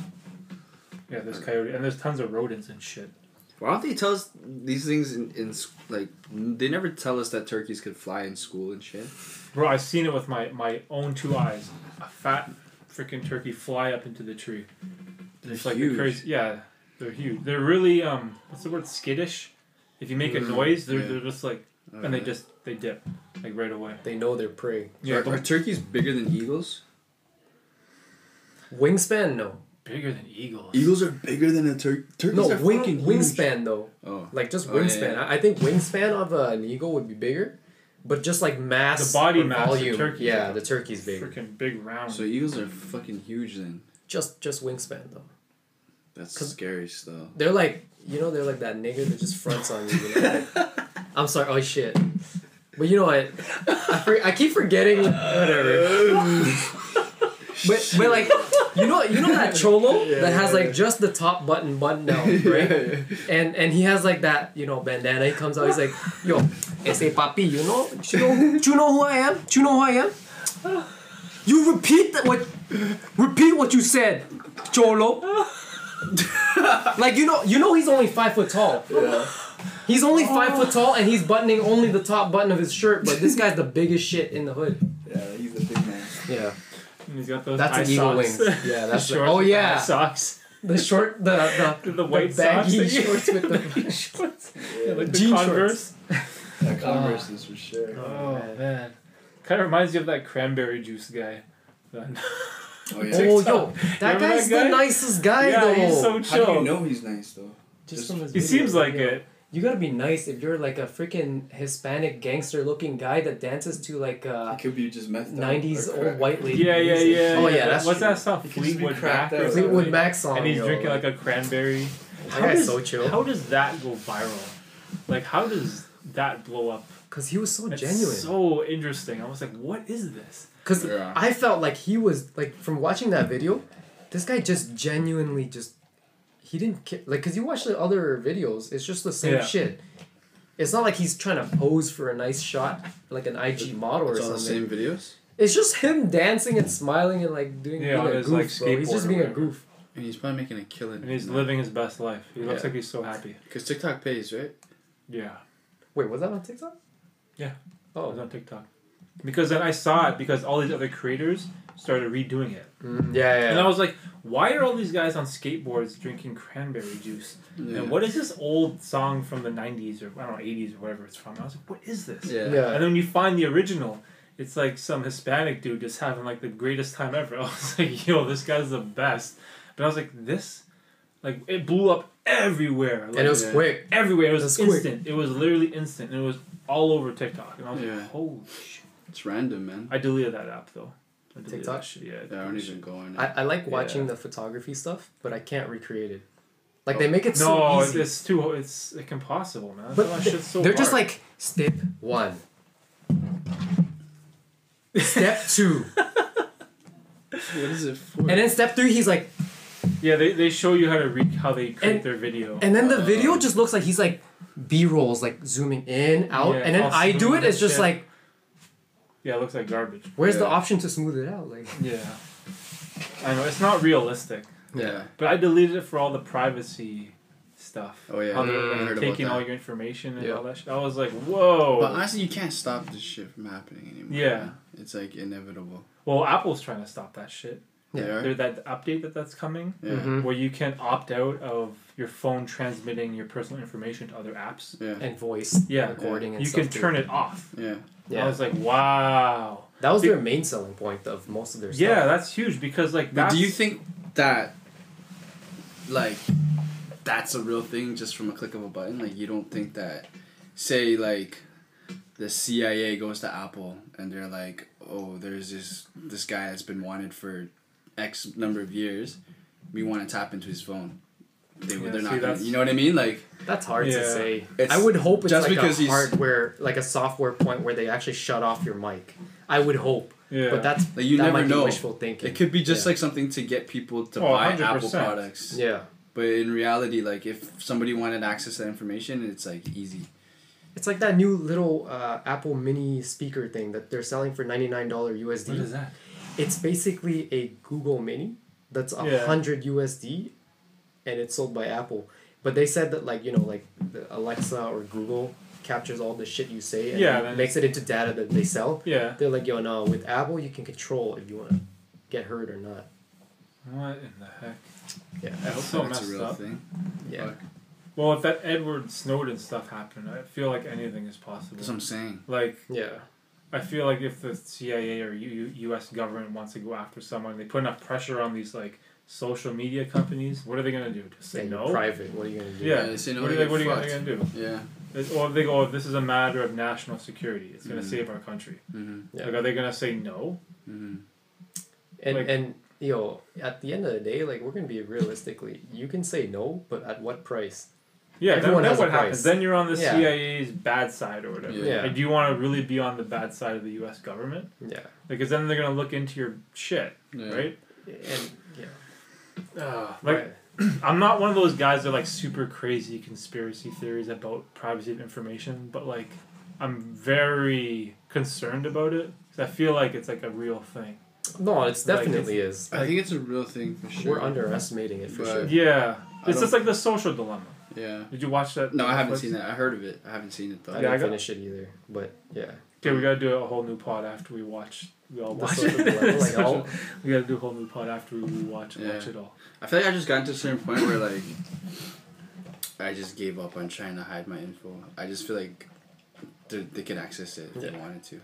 Speaker 3: Yeah, there's coyote and there's tons of rodents and shit.
Speaker 1: Why don't they tell us these things in, in s- like they never tell us that turkeys could fly in school and shit.
Speaker 3: Bro, I've seen it with my my own two eyes. A fat freaking turkey fly up into the tree.
Speaker 1: They're
Speaker 3: It's like
Speaker 1: huge.
Speaker 3: the crazy. Yeah, they're huge. They're really um. What's the word? Skittish. If you make a
Speaker 1: Mm,
Speaker 3: noise, they're,
Speaker 1: yeah.
Speaker 3: they're just like and they just they dip like right away.
Speaker 2: They know their prey.
Speaker 1: yeah. Are, are turkeys bigger than eagles?
Speaker 2: Wingspan, no,
Speaker 3: bigger than eagles.
Speaker 1: Eagles are bigger than a turkey. Turkeys
Speaker 2: no
Speaker 1: are
Speaker 2: wing,
Speaker 1: fucking huge.
Speaker 2: wingspan though.
Speaker 1: Oh,
Speaker 2: Like just
Speaker 1: Oh, yeah,
Speaker 2: wingspan.
Speaker 1: yeah.
Speaker 2: I, I think wingspan of uh, an eagle would be bigger, but just like mass,
Speaker 3: The body
Speaker 2: or
Speaker 3: mass of
Speaker 2: volume.
Speaker 3: turkeys
Speaker 2: yeah,
Speaker 3: are
Speaker 2: the turkey's big.
Speaker 3: Freaking big round.
Speaker 1: so eagles are fucking huge then.
Speaker 2: Just just wingspan though.
Speaker 1: That's
Speaker 2: 'Cause-
Speaker 1: scary still.
Speaker 2: They're like you know they're like that nigger that just fronts on you. you know? I'm sorry. Oh shit. But you know what? I, for, I keep forgetting. Whatever. But, but like you know you know that cholo that has like just the top button button down right and and he has like that you know bandana he comes out he's like yo ese papi you know do you know, do you know who I am do you know who I am you repeat that what repeat what you said cholo like you know you know he's only five foot tall
Speaker 1: Yeah.
Speaker 2: He's only five foot tall and he's buttoning only the top button of his shirt, but this guy's the biggest shit in the hood.
Speaker 1: Yeah, he's a big man.
Speaker 2: Yeah.
Speaker 3: And he's got those
Speaker 2: That's
Speaker 3: eye
Speaker 2: an eagle
Speaker 3: socks.
Speaker 2: wings. Yeah, that's
Speaker 3: Shorts
Speaker 2: Oh
Speaker 3: with the eye
Speaker 2: yeah.
Speaker 3: socks.
Speaker 2: The short the the,
Speaker 3: The white
Speaker 2: baggy
Speaker 3: socks that you-
Speaker 2: shorts with the
Speaker 3: shorts. Yeah, like the
Speaker 2: Jean shorts.
Speaker 3: Converse.
Speaker 1: That Converse is for sure.
Speaker 3: Oh
Speaker 2: man.
Speaker 3: man, kind of reminds you of that cranberry juice guy. Then-
Speaker 1: Oh yeah.
Speaker 2: Oh yo, that
Speaker 3: Remember
Speaker 2: guy's
Speaker 3: that guy?
Speaker 2: the nicest guy
Speaker 3: yeah,
Speaker 2: though.
Speaker 3: he's so
Speaker 1: How
Speaker 3: chill.
Speaker 1: do you know he's nice though?
Speaker 2: Just from his
Speaker 3: he
Speaker 2: videos,
Speaker 3: seems like
Speaker 2: yo.
Speaker 3: it.
Speaker 2: You gotta be nice if you're like a freaking Hispanic gangster looking guy that dances to like uh
Speaker 1: He could be just messed up.
Speaker 2: nineties
Speaker 1: or
Speaker 2: old
Speaker 1: crack.
Speaker 2: white lady.
Speaker 3: Yeah, yeah,
Speaker 2: music.
Speaker 3: yeah.
Speaker 2: Oh yeah, that's
Speaker 3: what's
Speaker 2: true.
Speaker 3: that song?
Speaker 1: He could just be
Speaker 3: Fleetwood Mac.
Speaker 1: cracked
Speaker 3: or
Speaker 1: out.
Speaker 3: something?
Speaker 2: Fleetwood Mac song.
Speaker 3: And he's
Speaker 2: yo,
Speaker 3: drinking like a cranberry.
Speaker 2: that
Speaker 3: How
Speaker 2: guy's
Speaker 3: does-
Speaker 2: so chill.
Speaker 3: How does that go viral? Like, how does that blow up?
Speaker 2: Cause he was so
Speaker 3: It's
Speaker 2: genuine.
Speaker 3: so interesting. I was like, what is this?
Speaker 2: Cause
Speaker 1: Yeah.
Speaker 2: I felt like he was like from watching that video, this guy just genuinely just he didn't care. like cause you watch the other videos, it's just the same
Speaker 3: Yeah.
Speaker 2: shit. It's not like he's trying to pose for a nice shot like an IG model
Speaker 1: It's
Speaker 2: or
Speaker 1: all the
Speaker 2: something.
Speaker 1: same videos.
Speaker 2: It's just him dancing and smiling and like doing
Speaker 3: Yeah,
Speaker 2: being
Speaker 3: on
Speaker 2: a
Speaker 3: his,
Speaker 2: goof,
Speaker 3: like,
Speaker 2: bro. He's
Speaker 3: skateboard
Speaker 2: just
Speaker 3: or
Speaker 2: being a
Speaker 3: whatever.
Speaker 2: goof.
Speaker 1: And he's probably making a killing.
Speaker 3: And he's living his best life. He looks
Speaker 1: Yeah.
Speaker 3: like he's so happy.
Speaker 1: Because TikTok pays, right?
Speaker 3: Yeah.
Speaker 2: Wait, was that on TikTok?
Speaker 3: Yeah. I was
Speaker 2: Oh.
Speaker 3: on TikTok. Because then I saw it because all these other creators started redoing it.
Speaker 2: Mm, yeah, yeah.
Speaker 3: And I was like, why are all these guys on skateboards drinking cranberry juice?
Speaker 1: Yeah.
Speaker 3: And what is this old song from the 90s or, I don't know, 80s or whatever it's from? I was like, what is this?
Speaker 1: Yeah.
Speaker 2: Yeah.
Speaker 3: And then when you find the original, it's like some Hispanic dude just having like the greatest time ever. I was like, yo, this guy's the best. But I was like, this, like, it blew up everywhere. Like,
Speaker 2: and it was
Speaker 1: Yeah.
Speaker 2: quick.
Speaker 3: everywhere. It was
Speaker 2: That's quick.
Speaker 3: instant. It was literally instant. And it was all over TikTok. And I was
Speaker 1: Yeah.
Speaker 3: like, holy shit.
Speaker 1: It's random, man.
Speaker 3: I deleted that app though. I deleted
Speaker 2: TikTok?
Speaker 3: that shit. Yeah.
Speaker 1: Yeah, I don't even go on it.
Speaker 2: I, I like watching
Speaker 3: Yeah.
Speaker 2: the photography stuff, but I can't recreate it. Like they make it
Speaker 3: Oh. no,
Speaker 2: so easy.
Speaker 3: it's too. It's like impossible, man. But
Speaker 2: But
Speaker 3: that
Speaker 2: they-
Speaker 3: shit's so
Speaker 2: they're just
Speaker 3: hard.
Speaker 2: like step one, step two,
Speaker 1: what is it for?
Speaker 2: and then step three. He's like,
Speaker 3: yeah. They, they show you how to re- how they create
Speaker 2: And-
Speaker 3: their video.
Speaker 2: and then the
Speaker 1: Uh.
Speaker 2: video just looks like he's like B rolls, like zooming in, out,
Speaker 3: Yeah,
Speaker 2: and then
Speaker 3: all
Speaker 2: I do
Speaker 3: smooth
Speaker 2: it.
Speaker 3: and
Speaker 2: It's just
Speaker 3: shit.
Speaker 2: like,
Speaker 3: yeah, it looks like garbage.
Speaker 2: where's the
Speaker 1: Yeah.
Speaker 2: option to smooth it out? Like,
Speaker 3: Yeah. I know it's not realistic,
Speaker 1: yeah.
Speaker 3: but I deleted it for all the privacy stuff.
Speaker 1: Oh, yeah.
Speaker 3: How they're
Speaker 2: Mm.
Speaker 3: like,
Speaker 1: I heard about
Speaker 3: taking
Speaker 1: that.
Speaker 3: all your information and
Speaker 2: Yeah.
Speaker 3: all that shit. I was like, whoa.
Speaker 1: But honestly, you can't stop this shit from happening anymore.
Speaker 3: Yeah.
Speaker 1: man. It's like inevitable.
Speaker 3: well, Apple's trying to stop that shit.
Speaker 2: Yeah.
Speaker 1: They are?
Speaker 3: There that update that that's coming.
Speaker 1: Yeah.
Speaker 2: Mhm.
Speaker 3: Where you can opt out of your phone transmitting your personal information to other apps.
Speaker 1: Yeah.
Speaker 2: and voice
Speaker 3: Yeah.
Speaker 2: recording and
Speaker 3: you
Speaker 2: stuff
Speaker 3: can turn it off.
Speaker 1: Yeah.
Speaker 2: Yeah,
Speaker 3: I was like, wow.
Speaker 2: that was their main selling point of most of their stuff.
Speaker 3: Yeah, that's huge because like
Speaker 1: But
Speaker 3: that's
Speaker 1: do you think that, like, that's a real thing just from a click of a button. Like you don't think that, say like, the CIA goes to Apple and they're like, oh, there's this this guy that's been wanted for X number of years. We want to tap into his phone. They,
Speaker 3: Yeah,
Speaker 1: they're
Speaker 3: see,
Speaker 1: not. Gonna,
Speaker 3: that's-
Speaker 1: you know what I mean? Like
Speaker 2: That's hard
Speaker 3: Yeah.
Speaker 2: to say.
Speaker 1: It's-
Speaker 2: I would hope it's
Speaker 1: just
Speaker 2: like
Speaker 1: because
Speaker 2: a
Speaker 1: he's-
Speaker 2: hardware, like a software point where they actually shut off your mic. I would hope,
Speaker 3: Yeah.
Speaker 2: but that's
Speaker 1: Like, you
Speaker 2: that
Speaker 1: never
Speaker 2: might
Speaker 1: know.
Speaker 2: be wishful thinking.
Speaker 1: it could be just
Speaker 2: Yeah.
Speaker 1: like something to get people to
Speaker 3: Oh,
Speaker 1: buy
Speaker 3: 100%.
Speaker 1: Apple products.
Speaker 2: yeah,
Speaker 1: But in reality, like if somebody wanted access to that information, it's like easy.
Speaker 2: it's like that new little uh, Apple Mini speaker thing that they're selling for ninety nine dollar USD.
Speaker 3: What is that?
Speaker 2: It's basically a Google Mini that's a
Speaker 3: Yeah.
Speaker 2: hundred USD, and it's sold by Apple. But they said that like you know like the Alexa or Google captures all the shit you say and
Speaker 3: Yeah,
Speaker 2: then
Speaker 3: then-
Speaker 2: makes it into data that they sell.
Speaker 3: Yeah.
Speaker 2: They're like, yo, no, with Apple you can control if you want to get hurt or not.
Speaker 3: What in the heck?
Speaker 2: Yeah.
Speaker 1: I hope
Speaker 3: That's so
Speaker 1: that's a
Speaker 3: messed
Speaker 1: real
Speaker 3: up.
Speaker 1: thing.
Speaker 2: Yeah.
Speaker 1: Fuck.
Speaker 3: Well, if that Edward Snowden stuff happened, I feel like anything is possible.
Speaker 1: That's what I'm saying.
Speaker 3: Like,
Speaker 2: Yeah.
Speaker 3: I feel like if the CIA or U- U- U.S. government wants to go after someone, they put enough pressure on these like social media companies. What are they gonna do? Just say
Speaker 2: And
Speaker 3: no.
Speaker 2: Private. What are you gonna do?
Speaker 3: Yeah.
Speaker 1: they say no,
Speaker 3: what are
Speaker 1: they
Speaker 3: they?
Speaker 1: get
Speaker 3: What are you gonna,
Speaker 1: fucked.
Speaker 3: they're gonna do?
Speaker 1: Yeah.
Speaker 3: It's- Or if they go, oh, this is a matter of national security. It's gonna
Speaker 1: Mhm.
Speaker 3: save our country.
Speaker 1: Mm-hmm.
Speaker 2: Yeah.
Speaker 3: Like, are they gonna say no?
Speaker 1: Mm-hmm.
Speaker 2: And
Speaker 3: Like-
Speaker 2: and you know, at the end of the day, like we're gonna be realistically, you can say no, but at what price?
Speaker 3: Yeah, then,
Speaker 2: Everyone
Speaker 3: then
Speaker 2: has a
Speaker 3: what happens?
Speaker 2: price.
Speaker 3: Then you're on the
Speaker 2: Yeah.
Speaker 3: CIA's bad side or whatever.
Speaker 1: Yeah.
Speaker 3: Like, do you want to really be on the bad side of the U.S. government?
Speaker 2: Yeah.
Speaker 3: Because then they're gonna look into your shit,
Speaker 1: Yeah.
Speaker 3: right?
Speaker 2: And yeah.
Speaker 3: like
Speaker 2: Ah, right.
Speaker 3: I'm not one of those guys that like super crazy conspiracy theories about privacy of information, but like I'm very concerned about it 'cause I feel like it's like a real thing.
Speaker 2: No, it's
Speaker 3: Like,
Speaker 2: definitely is.
Speaker 1: I think it's a real thing for sure.
Speaker 2: We're underestimating it for
Speaker 1: But-
Speaker 2: sure.
Speaker 3: Yeah,
Speaker 1: I
Speaker 3: it's
Speaker 1: don't-
Speaker 3: just like the social dilemma.
Speaker 1: Yeah.
Speaker 3: Did you watch that?
Speaker 1: No, I haven't
Speaker 3: Netflix?
Speaker 1: seen that. I heard of it. I haven't seen it though.
Speaker 2: I
Speaker 3: Yeah, I
Speaker 2: didn't
Speaker 3: got-
Speaker 2: finish it either. But yeah.
Speaker 3: Okay, we gotta do a whole new pod after we watch. We all
Speaker 2: The
Speaker 3: Oh, watch
Speaker 2: social
Speaker 3: it.
Speaker 2: dilemma, like, oh,
Speaker 3: Social-
Speaker 2: all-
Speaker 3: we gotta do a whole new pod after we watch
Speaker 1: Yeah.
Speaker 3: watch it all.
Speaker 1: I feel like I just got to a certain point where like I just gave up on trying to hide my info. I just feel like they, they could access it if they
Speaker 2: Yeah.
Speaker 1: wanted to.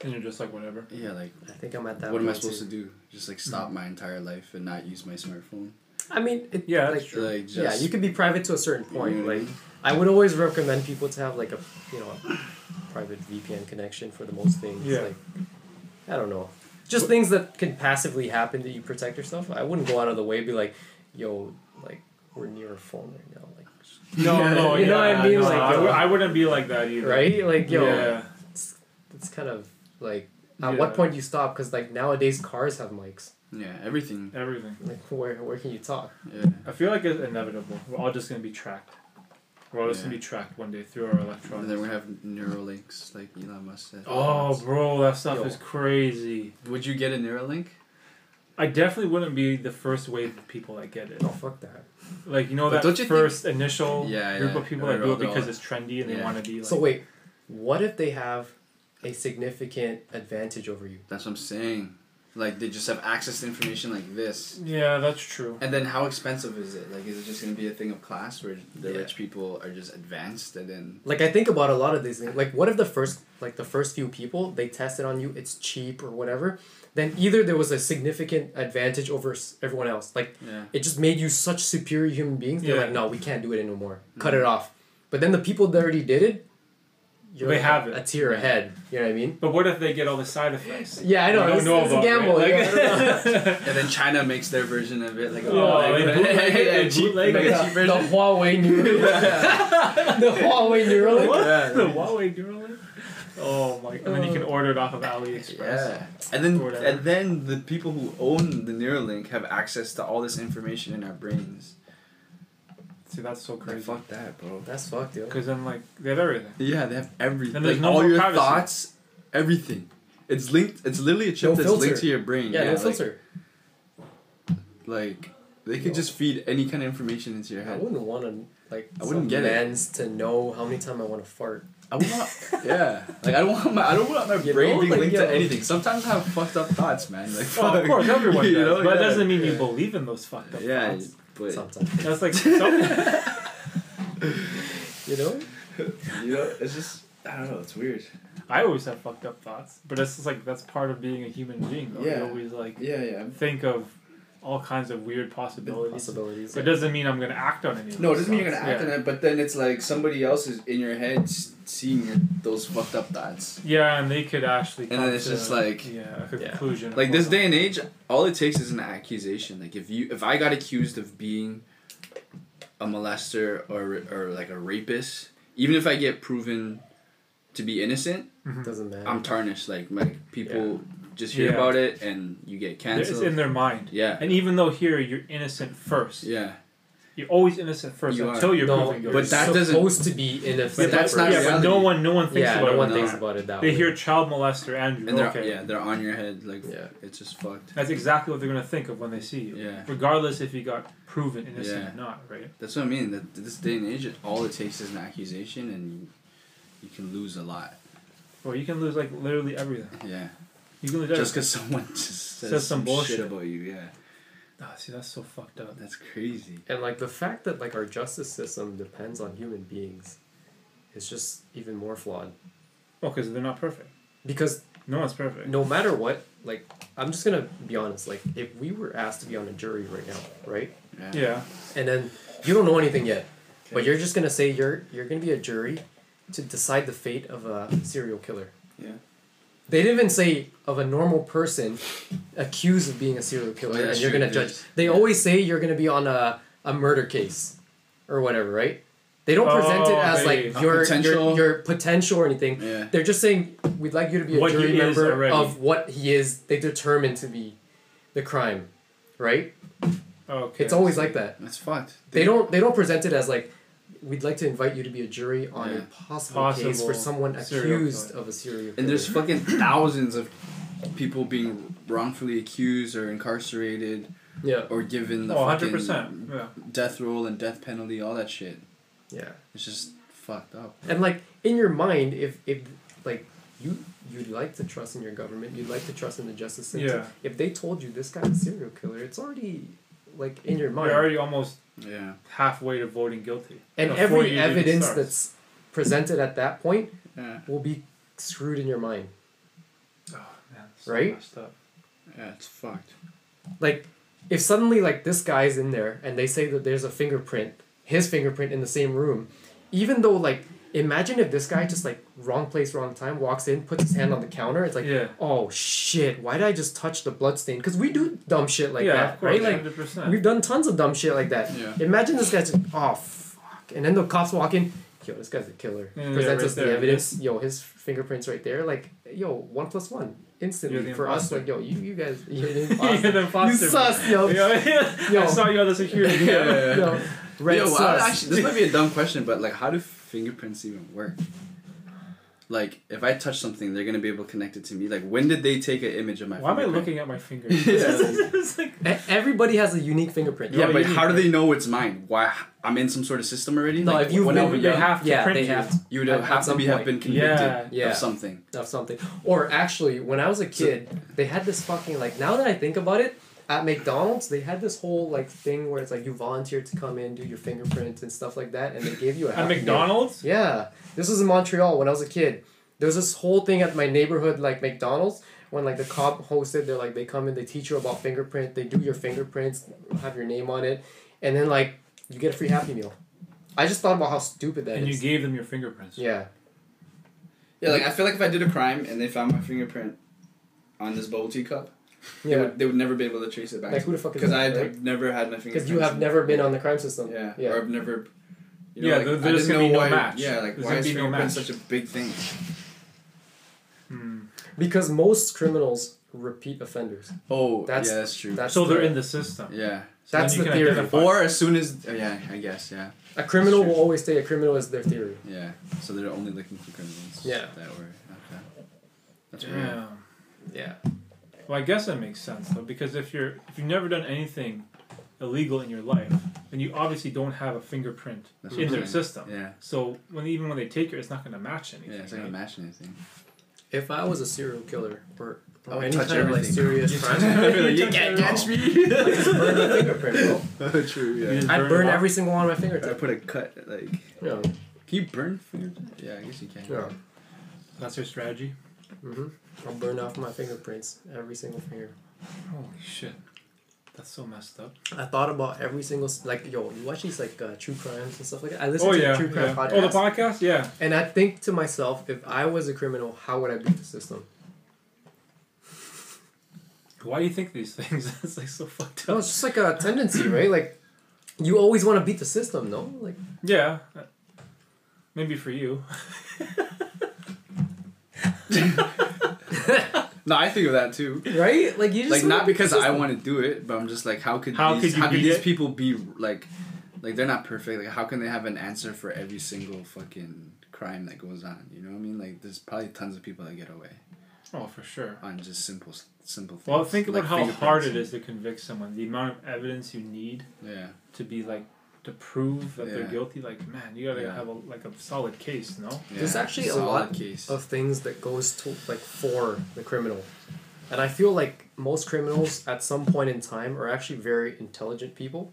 Speaker 3: And you're just like whatever.
Speaker 1: Yeah, like
Speaker 2: I think I'm at that
Speaker 1: what am I
Speaker 2: point
Speaker 1: supposed
Speaker 2: too.
Speaker 1: to do? Just like stop my entire life and not use my smartphone?
Speaker 2: I mean it
Speaker 3: Yeah, that's
Speaker 2: like,
Speaker 3: true.
Speaker 1: Like just
Speaker 2: yeah, you can be private to a certain point.
Speaker 1: know what I
Speaker 2: Like
Speaker 3: Mm-hmm.
Speaker 1: mean?
Speaker 2: I would always recommend people to have like a you know a private VPN connection for the most things.
Speaker 3: Yeah.
Speaker 2: Like I don't know. Just things that can passively happen that you protect yourself. I wouldn't go out of the way and be like, yo, like we're near a phone right now. Like
Speaker 3: No, no,
Speaker 2: You know
Speaker 3: yeah,
Speaker 2: what I mean?
Speaker 3: No,
Speaker 2: Like,
Speaker 3: I, w-
Speaker 2: uh,
Speaker 3: I wouldn't be like that either.
Speaker 2: right? Like yo
Speaker 3: Yeah.
Speaker 2: it's, it's kind of like at what
Speaker 3: Yeah.
Speaker 2: point do you stop? Because like nowadays cars have mics.
Speaker 1: Yeah, everything.
Speaker 3: Everything.
Speaker 2: Like where where can you talk?
Speaker 1: Yeah.
Speaker 3: I feel like it's inevitable. We're all just gonna be tracked. We're all just gonna
Speaker 1: Yeah.
Speaker 3: be tracked one day through our
Speaker 1: And then we
Speaker 3: electronics.
Speaker 1: have Neuralinks like Elon Musk said.
Speaker 3: Oh, bro, that stuff
Speaker 2: Yo.
Speaker 3: is crazy.
Speaker 1: Would you get a Neuralink?
Speaker 3: I definitely wouldn't be the first wave of people that get it.
Speaker 2: No, fuck that.
Speaker 3: Like you know
Speaker 1: But
Speaker 3: that
Speaker 1: don't you think-
Speaker 3: first initial
Speaker 1: Yeah,
Speaker 3: group
Speaker 1: yeah.
Speaker 3: of people
Speaker 1: I
Speaker 3: that do it
Speaker 1: remember all
Speaker 3: because
Speaker 1: that.
Speaker 3: it's trendy and they
Speaker 1: Yeah.
Speaker 3: want to be like.
Speaker 2: So wait, what if they have a significant advantage over you?
Speaker 1: That's what I'm saying. Like they just have access to information like this.
Speaker 3: Yeah, that's true.
Speaker 1: And then how expensive is it? Like is it just gonna be a thing of class where the
Speaker 2: Yeah.
Speaker 1: rich people are just advanced and then
Speaker 2: Like I think about a lot of these things. Like what if the first like the first few people they tested on you, it's cheap or whatever. Then either there was a significant advantage over s- everyone else. Like
Speaker 1: Yeah.
Speaker 2: it just made you such superior human beings. They're
Speaker 3: Yeah. Mm-hmm.
Speaker 2: like, no, we can't do it anymore. Cut it off. But then the people that already did it, you're
Speaker 3: They
Speaker 2: like
Speaker 3: have it.
Speaker 2: a tier ahead. You know what I mean?
Speaker 3: But what if they get all the side effects?
Speaker 2: Yeah, I know.
Speaker 3: You
Speaker 2: It's, it's a
Speaker 3: about, right?
Speaker 2: gamble.
Speaker 3: Like-
Speaker 2: yeah, I don't know.
Speaker 1: And then China makes their version of it like
Speaker 3: Oh,
Speaker 1: oh,
Speaker 3: they
Speaker 1: like,
Speaker 3: bootleg it,
Speaker 1: yeah,
Speaker 3: they
Speaker 1: cheap-
Speaker 3: bootleg
Speaker 1: make a
Speaker 3: it.
Speaker 1: cheap version.
Speaker 2: the Huawei Neuralink. the Huawei Neuralink.
Speaker 3: What?
Speaker 1: Yeah,
Speaker 3: the Huawei Neuralink? Oh my! And then you can order it off of AliExpress.
Speaker 1: Uh, Yeah. And then
Speaker 3: Or whatever.
Speaker 1: and then the people who own the Neuralink have access to all this information in our brains.
Speaker 3: See, that's so
Speaker 1: Like
Speaker 3: crazy.
Speaker 1: fuck that, bro.
Speaker 2: That's fucked, yo.
Speaker 3: Because then, like, they have everything.
Speaker 1: Yeah, they have everything.
Speaker 3: And there's
Speaker 1: like
Speaker 3: no
Speaker 1: all
Speaker 3: more
Speaker 1: your
Speaker 3: privacy.
Speaker 1: thoughts, everything. It's linked. It's literally a chip
Speaker 2: No
Speaker 1: that's linked
Speaker 2: filter.
Speaker 1: to your brain.
Speaker 2: Yeah, no
Speaker 1: like-
Speaker 2: filter.
Speaker 1: Like, they could just feed any kind of information into your
Speaker 2: I
Speaker 1: head.
Speaker 2: wouldn't want to like.
Speaker 1: I wouldn't
Speaker 2: some
Speaker 1: get it.
Speaker 2: man's to know how many times I want to fart.
Speaker 1: I want. yeah. Like I don't want my. I don't want my
Speaker 2: You
Speaker 1: brain
Speaker 2: know,
Speaker 1: being
Speaker 2: like,
Speaker 1: linked
Speaker 2: yo.
Speaker 1: to anything. Sometimes I have fucked up thoughts, man. Like
Speaker 3: Well,
Speaker 1: fuck.
Speaker 3: of course, everyone does.
Speaker 1: You know,
Speaker 3: but that
Speaker 1: yeah.
Speaker 3: doesn't mean you
Speaker 2: Yeah.
Speaker 3: believe in those fucked up
Speaker 1: Yeah,
Speaker 3: thoughts.
Speaker 1: but
Speaker 2: Sometimes
Speaker 3: That's like, so,
Speaker 2: you know.
Speaker 1: you know, it's just. I don't know. It's weird.
Speaker 3: I always have fucked up thoughts, but it's just like that's part of being a human being. Though. You
Speaker 1: Yeah.
Speaker 3: always like
Speaker 1: Yeah, yeah.
Speaker 3: think of all kinds of weird possibilities.
Speaker 2: possibilities.
Speaker 3: It doesn't mean I'm gonna act on any. of
Speaker 1: No, it
Speaker 3: those
Speaker 1: doesn't mean you're
Speaker 3: thoughts.
Speaker 1: gonna act on it, but then it's like somebody else is in your head s- seeing your, those fucked up thoughts.
Speaker 3: Yeah, and they could actually.
Speaker 1: And then it's just like-
Speaker 3: yeah, a
Speaker 2: Yeah.
Speaker 3: conclusion.
Speaker 1: Like this
Speaker 3: day.
Speaker 1: day and age, all it takes is an accusation. Like if you, if I got accused of being a molester or or like a rapist, even if I get proven to be innocent,
Speaker 2: doesn't matter.
Speaker 1: I'm tarnished. Like my people just hear
Speaker 3: Yeah.
Speaker 1: about it and you get
Speaker 3: It's
Speaker 1: canceled.
Speaker 3: in their mind.
Speaker 1: yeah,
Speaker 3: And even though here you're innocent first,
Speaker 1: yeah.
Speaker 3: you're always innocent first
Speaker 1: You are.
Speaker 3: until you're
Speaker 2: no,
Speaker 3: proven guilty.
Speaker 1: But that doesn't-
Speaker 2: supposed to be in a.
Speaker 1: But that's not
Speaker 3: yeah, but no
Speaker 1: reality.
Speaker 3: one, no one thinks
Speaker 2: Yeah,
Speaker 3: about
Speaker 2: no
Speaker 3: it.
Speaker 2: one
Speaker 1: now.
Speaker 2: thinks about it that
Speaker 3: They
Speaker 2: way.
Speaker 3: hear child molester Andrew.
Speaker 1: And they're
Speaker 3: okay,
Speaker 1: yeah, they're on your head. Like
Speaker 2: Yeah.
Speaker 1: it's just fucked.
Speaker 3: that's exactly what they're gonna think of when they see you.
Speaker 1: Yeah.
Speaker 3: Regardless if you got proven innocent
Speaker 1: Yeah.
Speaker 3: or not, right?
Speaker 1: That's what I mean. That this day and age, all it takes is an accusation, and you, you can lose a lot.
Speaker 3: Well, you can lose like literally everything.
Speaker 1: Yeah,
Speaker 3: You can lose
Speaker 1: just
Speaker 3: everything.
Speaker 1: because someone just says,
Speaker 3: Says some
Speaker 1: some
Speaker 3: bullshit.
Speaker 1: bullshit about you. Yeah,
Speaker 3: Ah, see, that's so fucked up.
Speaker 1: that's crazy.
Speaker 2: and like the fact that like our justice system depends on human beings, is just even more flawed
Speaker 3: Well, because Oh, they're not perfect.
Speaker 2: because
Speaker 3: No one's perfect.
Speaker 2: no matter what, like I'm just gonna be honest. Like if we were asked to be on a jury right now, right,
Speaker 1: Yeah.
Speaker 3: Yeah.
Speaker 2: and then you don't know anything yet, but you're just gonna say you're you're gonna be a jury to decide the fate of a serial killer.
Speaker 1: Yeah.
Speaker 2: They didn't even say of a normal person accused of being a serial killer,
Speaker 1: yeah,
Speaker 2: and
Speaker 1: sure,
Speaker 2: you're gonna
Speaker 1: there's-
Speaker 2: judge. They
Speaker 1: yeah.
Speaker 2: always say you're gonna be on a, a murder case, or whatever, right? They don't present it
Speaker 3: Oh,
Speaker 2: as
Speaker 3: they-
Speaker 2: like
Speaker 1: A
Speaker 2: your, your
Speaker 1: potential-
Speaker 2: your potential or anything.
Speaker 1: Yeah.
Speaker 2: They're just saying we'd like you to be a
Speaker 3: What
Speaker 2: jury
Speaker 3: he is
Speaker 2: member
Speaker 3: already."
Speaker 2: of what he is. They determine to be the crime, right?
Speaker 3: Okay.
Speaker 2: It's always like that.
Speaker 1: That's fucked.
Speaker 2: They don't they don't present it as like we'd like to invite you to be a jury on a
Speaker 1: Yeah.
Speaker 2: possible, case for
Speaker 3: Possible
Speaker 2: someone
Speaker 3: serial
Speaker 2: accused
Speaker 3: killer.
Speaker 2: of a serial killer.
Speaker 1: And there's fucking thousands of people being wrongfully accused or incarcerated
Speaker 2: yeah
Speaker 1: or given the
Speaker 3: Oh, 100%.
Speaker 1: fucking
Speaker 3: Yeah.
Speaker 1: death roll and death penalty, all that shit.
Speaker 2: yeah.
Speaker 1: It's just fucked up.
Speaker 2: And like in your mind, if if like you you'd like to trust in your government, you'd like to trust in the justice system.
Speaker 3: Yeah.
Speaker 2: If they told you this guy's a serial killer, it's already like in your mind,
Speaker 3: You're already almost
Speaker 1: Yeah.
Speaker 3: halfway to voting guilty.
Speaker 2: and
Speaker 3: Before you
Speaker 2: every
Speaker 3: even
Speaker 2: evidence
Speaker 3: start.
Speaker 2: that's presented at that point
Speaker 1: Yeah.
Speaker 2: will be screwed in your mind.
Speaker 3: Oh, man, so
Speaker 2: Right?
Speaker 3: messed up.
Speaker 1: Yeah, it's fucked.
Speaker 2: Like if suddenly like this guy's in there and they say that there's a fingerprint, his fingerprint in the same room, even though like imagine if this guy just like wrong place, wrong time, walks in, puts his hand on the counter, it's like
Speaker 3: yeah.
Speaker 2: oh shit, why did I just touch the blood stain? Because we do dumb shit like
Speaker 3: yeah,
Speaker 2: that,
Speaker 3: of course,
Speaker 2: right? Like
Speaker 3: 100%.
Speaker 2: we've done tons of dumb shit like that.
Speaker 1: Yeah.
Speaker 2: Imagine this guy's just, oh fuck, and then the cops walk in, yo, this guy's a killer.
Speaker 3: Yeah, yeah,
Speaker 2: Presents
Speaker 3: right
Speaker 2: us the
Speaker 3: there,
Speaker 2: evidence, yo, his fingerprints right there, like yo, one plus one instantly
Speaker 3: You're the
Speaker 2: for us,
Speaker 3: imposter.
Speaker 2: like yo, you you guys, you're the
Speaker 3: You're
Speaker 2: imposter.
Speaker 3: the imposter.
Speaker 2: You sus, yo.
Speaker 3: Yeah, yeah.
Speaker 2: Yo.
Speaker 3: I saw you on the security.
Speaker 1: Yeah.
Speaker 2: yo, red
Speaker 1: Yo, I-
Speaker 2: sus.
Speaker 1: actually, this might be a dumb question, but like, how do fingerprints even work? Like, if I touch something, they're gonna be able to connect it to me. Like, when did they take an image of my?
Speaker 3: Why am I
Speaker 1: fingerprint?
Speaker 3: looking at my finger?
Speaker 1: Yeah.
Speaker 3: It's like-
Speaker 2: E- Everybody has a unique fingerprint.
Speaker 1: Yeah,
Speaker 3: No,
Speaker 1: but
Speaker 3: you-
Speaker 1: how do they know it's mine? Why I'm in some sort of system already?
Speaker 2: No,
Speaker 1: Like,
Speaker 2: if you've
Speaker 1: when I
Speaker 2: been-
Speaker 1: was
Speaker 3: they
Speaker 1: young,
Speaker 3: have to
Speaker 2: yeah,
Speaker 3: print
Speaker 2: they
Speaker 3: you.
Speaker 2: have
Speaker 1: you would
Speaker 2: at-
Speaker 1: have,
Speaker 2: at
Speaker 1: to
Speaker 2: some
Speaker 1: be,
Speaker 2: point.
Speaker 1: have been convicted
Speaker 3: Yeah.
Speaker 2: Yeah.
Speaker 1: of something.
Speaker 2: of something. Or actually, when I was a kid, they had this fucking like. Now that I think about it, at McDonald's they had this whole like thing where it's like you volunteered to come in, do your fingerprints and stuff like that, and they gave you a
Speaker 3: At
Speaker 2: Happy Meal.
Speaker 3: McDonald's?
Speaker 2: Yeah, this was in Montreal when I was a kid. There was this whole thing at my neighborhood, like McDonald's, when like the cop hosted. They're like they come in, they teach you about fingerprint, they do your fingerprints, have your name on it, and then like you get a free Happy Meal. I just thought about how stupid that is.
Speaker 3: And you gave them your fingerprints.
Speaker 2: yeah,
Speaker 1: Yeah, like I feel like if I did a crime and they found my fingerprint on this bubble tea cup,
Speaker 2: yeah.
Speaker 1: they, would, they would never be able to trace it back.
Speaker 2: Like, who the fuck is
Speaker 1: Because
Speaker 2: that,
Speaker 1: I
Speaker 2: right?
Speaker 1: have never had my fingerprints.
Speaker 2: Because you have
Speaker 1: in-
Speaker 2: never been on the crime system.
Speaker 1: Yeah,
Speaker 2: Yeah.
Speaker 1: or I've never. You know,
Speaker 3: Yeah,
Speaker 1: like,
Speaker 3: there-
Speaker 1: I
Speaker 3: there's
Speaker 1: didn't
Speaker 3: gonna be
Speaker 1: know
Speaker 3: no
Speaker 1: why,
Speaker 3: match.
Speaker 1: Yeah, like
Speaker 3: There's
Speaker 1: why
Speaker 3: gonna
Speaker 1: is
Speaker 3: be no
Speaker 1: fingerprint
Speaker 3: match.
Speaker 1: such a big thing?
Speaker 3: Hmm.
Speaker 2: Because most criminals repeat offenders.
Speaker 1: Oh,
Speaker 2: That's-
Speaker 1: yeah, that's true.
Speaker 2: That's
Speaker 3: So they're
Speaker 2: the-
Speaker 3: in the system.
Speaker 1: yeah.
Speaker 3: So then
Speaker 2: That's
Speaker 3: you
Speaker 2: the
Speaker 3: can
Speaker 2: theory.
Speaker 3: identify.
Speaker 1: Or as soon as oh, yeah, I guess yeah,
Speaker 2: A criminal
Speaker 1: That's
Speaker 2: will
Speaker 1: true.
Speaker 2: always stay a criminal is their theory.
Speaker 1: yeah. So they're only looking for criminals.
Speaker 2: Yeah.
Speaker 1: That were okay. That's weird.
Speaker 3: Damn.
Speaker 2: Yeah.
Speaker 3: Well, I guess that makes sense though, because if you're if you've never done anything illegal in your life, then you obviously don't have a fingerprint
Speaker 1: That's what
Speaker 3: in
Speaker 1: I'm
Speaker 3: their
Speaker 1: saying.
Speaker 3: system.
Speaker 1: Yeah.
Speaker 3: So when even when they take it, it's not going to match anything.
Speaker 1: Yeah, it's not gonna
Speaker 3: right?
Speaker 1: match anything.
Speaker 2: If I was a serial killer or,
Speaker 1: I
Speaker 2: or
Speaker 1: would
Speaker 2: any
Speaker 1: touch
Speaker 2: kind of like
Speaker 1: everything.
Speaker 2: serious crime,
Speaker 3: You
Speaker 1: you
Speaker 3: can't
Speaker 1: can't
Speaker 3: catch
Speaker 1: catch me.
Speaker 2: I'd just burn my fingerprint, bro.
Speaker 1: True.
Speaker 3: You just
Speaker 2: I'd burn
Speaker 3: it.
Speaker 2: every single one of my
Speaker 1: I
Speaker 2: fingertips.
Speaker 1: put a cut like.
Speaker 2: Yeah.
Speaker 1: Can you burn fingerprints? Yeah, I guess you can.
Speaker 2: yeah.
Speaker 3: That's your strategy.
Speaker 2: Mm-hmm. hmm I'll burn off my fingerprints, every single finger.
Speaker 3: Holy shit. That's so messed up.
Speaker 2: I thought about every single s- like yo, you watch these like uh, true crimes and stuff like that. I listen
Speaker 3: Oh
Speaker 2: to
Speaker 3: yeah,
Speaker 2: true crime
Speaker 3: yeah.
Speaker 2: podcasts,
Speaker 3: Oh, the podcast. Yeah.
Speaker 2: and I think to myself, if I was a criminal, how would I beat the system?
Speaker 3: Why do you think these things? That's like so fucked
Speaker 2: No,
Speaker 3: up.
Speaker 2: it's just like a tendency, right? Like, you always want to beat the system, no? Like,
Speaker 3: Yeah. Maybe for you.
Speaker 1: No, I think of that too.
Speaker 2: right? Like you just
Speaker 1: Like
Speaker 2: wanna
Speaker 1: not
Speaker 2: beat the
Speaker 1: because I
Speaker 2: system.
Speaker 1: want to do it, but I'm just like, how could
Speaker 3: How
Speaker 1: these,
Speaker 3: could you
Speaker 1: how could
Speaker 3: beat
Speaker 1: these
Speaker 3: it?
Speaker 1: people be like, like they're not perfect. Like how can they have an answer for every single fucking crime that goes on? You know what I mean? Like there's probably tons of people that get away
Speaker 3: Oh, for sure.
Speaker 1: on just simple, simple things.
Speaker 3: Well, think about
Speaker 1: like
Speaker 3: how hard it
Speaker 1: fingerprints.
Speaker 3: is to convict someone. The amount of evidence you need
Speaker 1: Yeah.
Speaker 3: to be like to prove that they're
Speaker 1: Yeah.
Speaker 3: guilty. Like, man, you gotta
Speaker 1: Yeah.
Speaker 3: have a like a solid case, no?
Speaker 1: yeah.
Speaker 2: There's actually a
Speaker 1: Solid
Speaker 2: lot
Speaker 1: case.
Speaker 2: of things that goes to like for the criminal, and I feel like most criminals at some point in time are actually very intelligent people,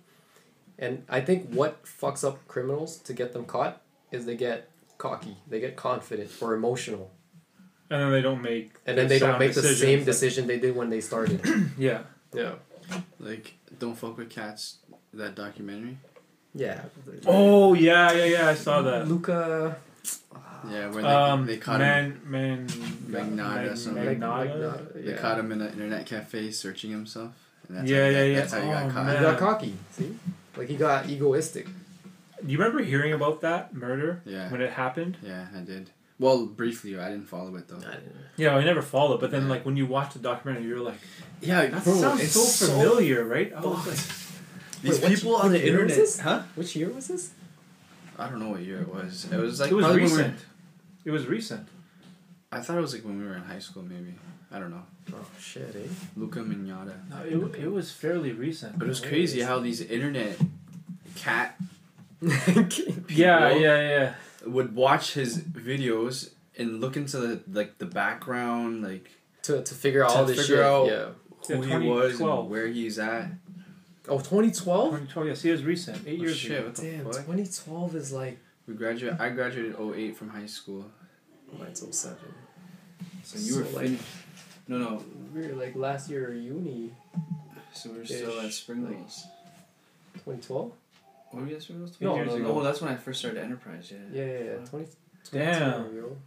Speaker 2: and I think what fucks up criminals to get them caught is they get cocky, they get confident or emotional,
Speaker 3: And then they don't make.
Speaker 2: and then they don't
Speaker 3: sound
Speaker 2: make the
Speaker 3: decisions,
Speaker 2: same
Speaker 3: like-
Speaker 2: decision they did when they started.
Speaker 3: Yeah.
Speaker 2: yeah.
Speaker 1: like don't fuck with cats. That documentary.
Speaker 2: Yeah.
Speaker 3: Oh yeah, yeah, yeah. I saw that.
Speaker 2: Luca.
Speaker 1: Yeah, where they,
Speaker 3: Um,
Speaker 1: they caught him.
Speaker 3: man, man,
Speaker 1: Magnata, something.
Speaker 2: Like, like,
Speaker 3: Magnata.
Speaker 2: not-
Speaker 1: They
Speaker 2: yeah.
Speaker 1: caught him in an internet cafe searching himself. And that's
Speaker 3: Yeah,
Speaker 1: how he
Speaker 3: yeah,
Speaker 1: got,
Speaker 3: yeah.
Speaker 1: That's how he got
Speaker 3: Oh,
Speaker 1: caught.
Speaker 2: He
Speaker 3: man.
Speaker 2: got cocky. See, like he got egoistic.
Speaker 3: Do you remember hearing about that murder
Speaker 1: Yeah.
Speaker 3: when it happened?
Speaker 1: Yeah, I did. Well, briefly, I didn't follow it though.
Speaker 3: Yeah, I never followed. But then, like when you watch the documentary, you're like,
Speaker 1: Yeah,
Speaker 3: that
Speaker 1: bro,
Speaker 3: sounds
Speaker 1: it's
Speaker 3: so familiar, right? I was
Speaker 2: fucked.
Speaker 3: like,
Speaker 1: These
Speaker 2: Wait, what
Speaker 1: people
Speaker 2: year-
Speaker 1: on
Speaker 2: what
Speaker 1: the
Speaker 2: year was
Speaker 1: internet,
Speaker 2: this?
Speaker 1: huh?
Speaker 2: Which year was this?
Speaker 1: I don't know what year it was. It was like
Speaker 3: it was
Speaker 1: probably when we were-
Speaker 3: recent. It was recent.
Speaker 1: I thought it was like when we were in high school, maybe. I don't know.
Speaker 2: Oh shit, eh?
Speaker 1: Luca Mignata.
Speaker 3: No, it, it was fairly recent.
Speaker 1: But it was crazy how these internet cat
Speaker 3: Yeah,
Speaker 1: people
Speaker 3: yeah, yeah.
Speaker 1: would watch his videos and look into the like the background, like
Speaker 2: to, to figure out
Speaker 1: To
Speaker 2: all this
Speaker 1: figure
Speaker 2: shit.
Speaker 1: out-
Speaker 2: Yeah.
Speaker 1: who
Speaker 3: Yeah,
Speaker 1: he was and
Speaker 3: 2012.
Speaker 1: where he's at.
Speaker 2: Oh, 2012?
Speaker 3: 2012. Yes, it was recent. Eight
Speaker 1: Oh,
Speaker 3: years
Speaker 1: shit,
Speaker 3: ago.
Speaker 1: what the
Speaker 2: Damn,
Speaker 1: fuck?
Speaker 2: 2012 is like.
Speaker 1: We graduated. I graduated 08 from high school.
Speaker 2: Mine's 07.
Speaker 1: So you were
Speaker 2: So, like-
Speaker 1: fin- No, no.
Speaker 2: We were like last year at uni.
Speaker 1: So we were still
Speaker 2: Ish,
Speaker 1: at Springles.
Speaker 2: 2012?
Speaker 1: What were you at Springles?
Speaker 3: No,
Speaker 1: Two
Speaker 3: no, no.
Speaker 1: Oh, that's when I first started Enterprise. Yeah.
Speaker 2: Yeah, yeah, yeah.
Speaker 1: Fuck.
Speaker 2: 20,
Speaker 3: Damn.
Speaker 2: 2012, yo.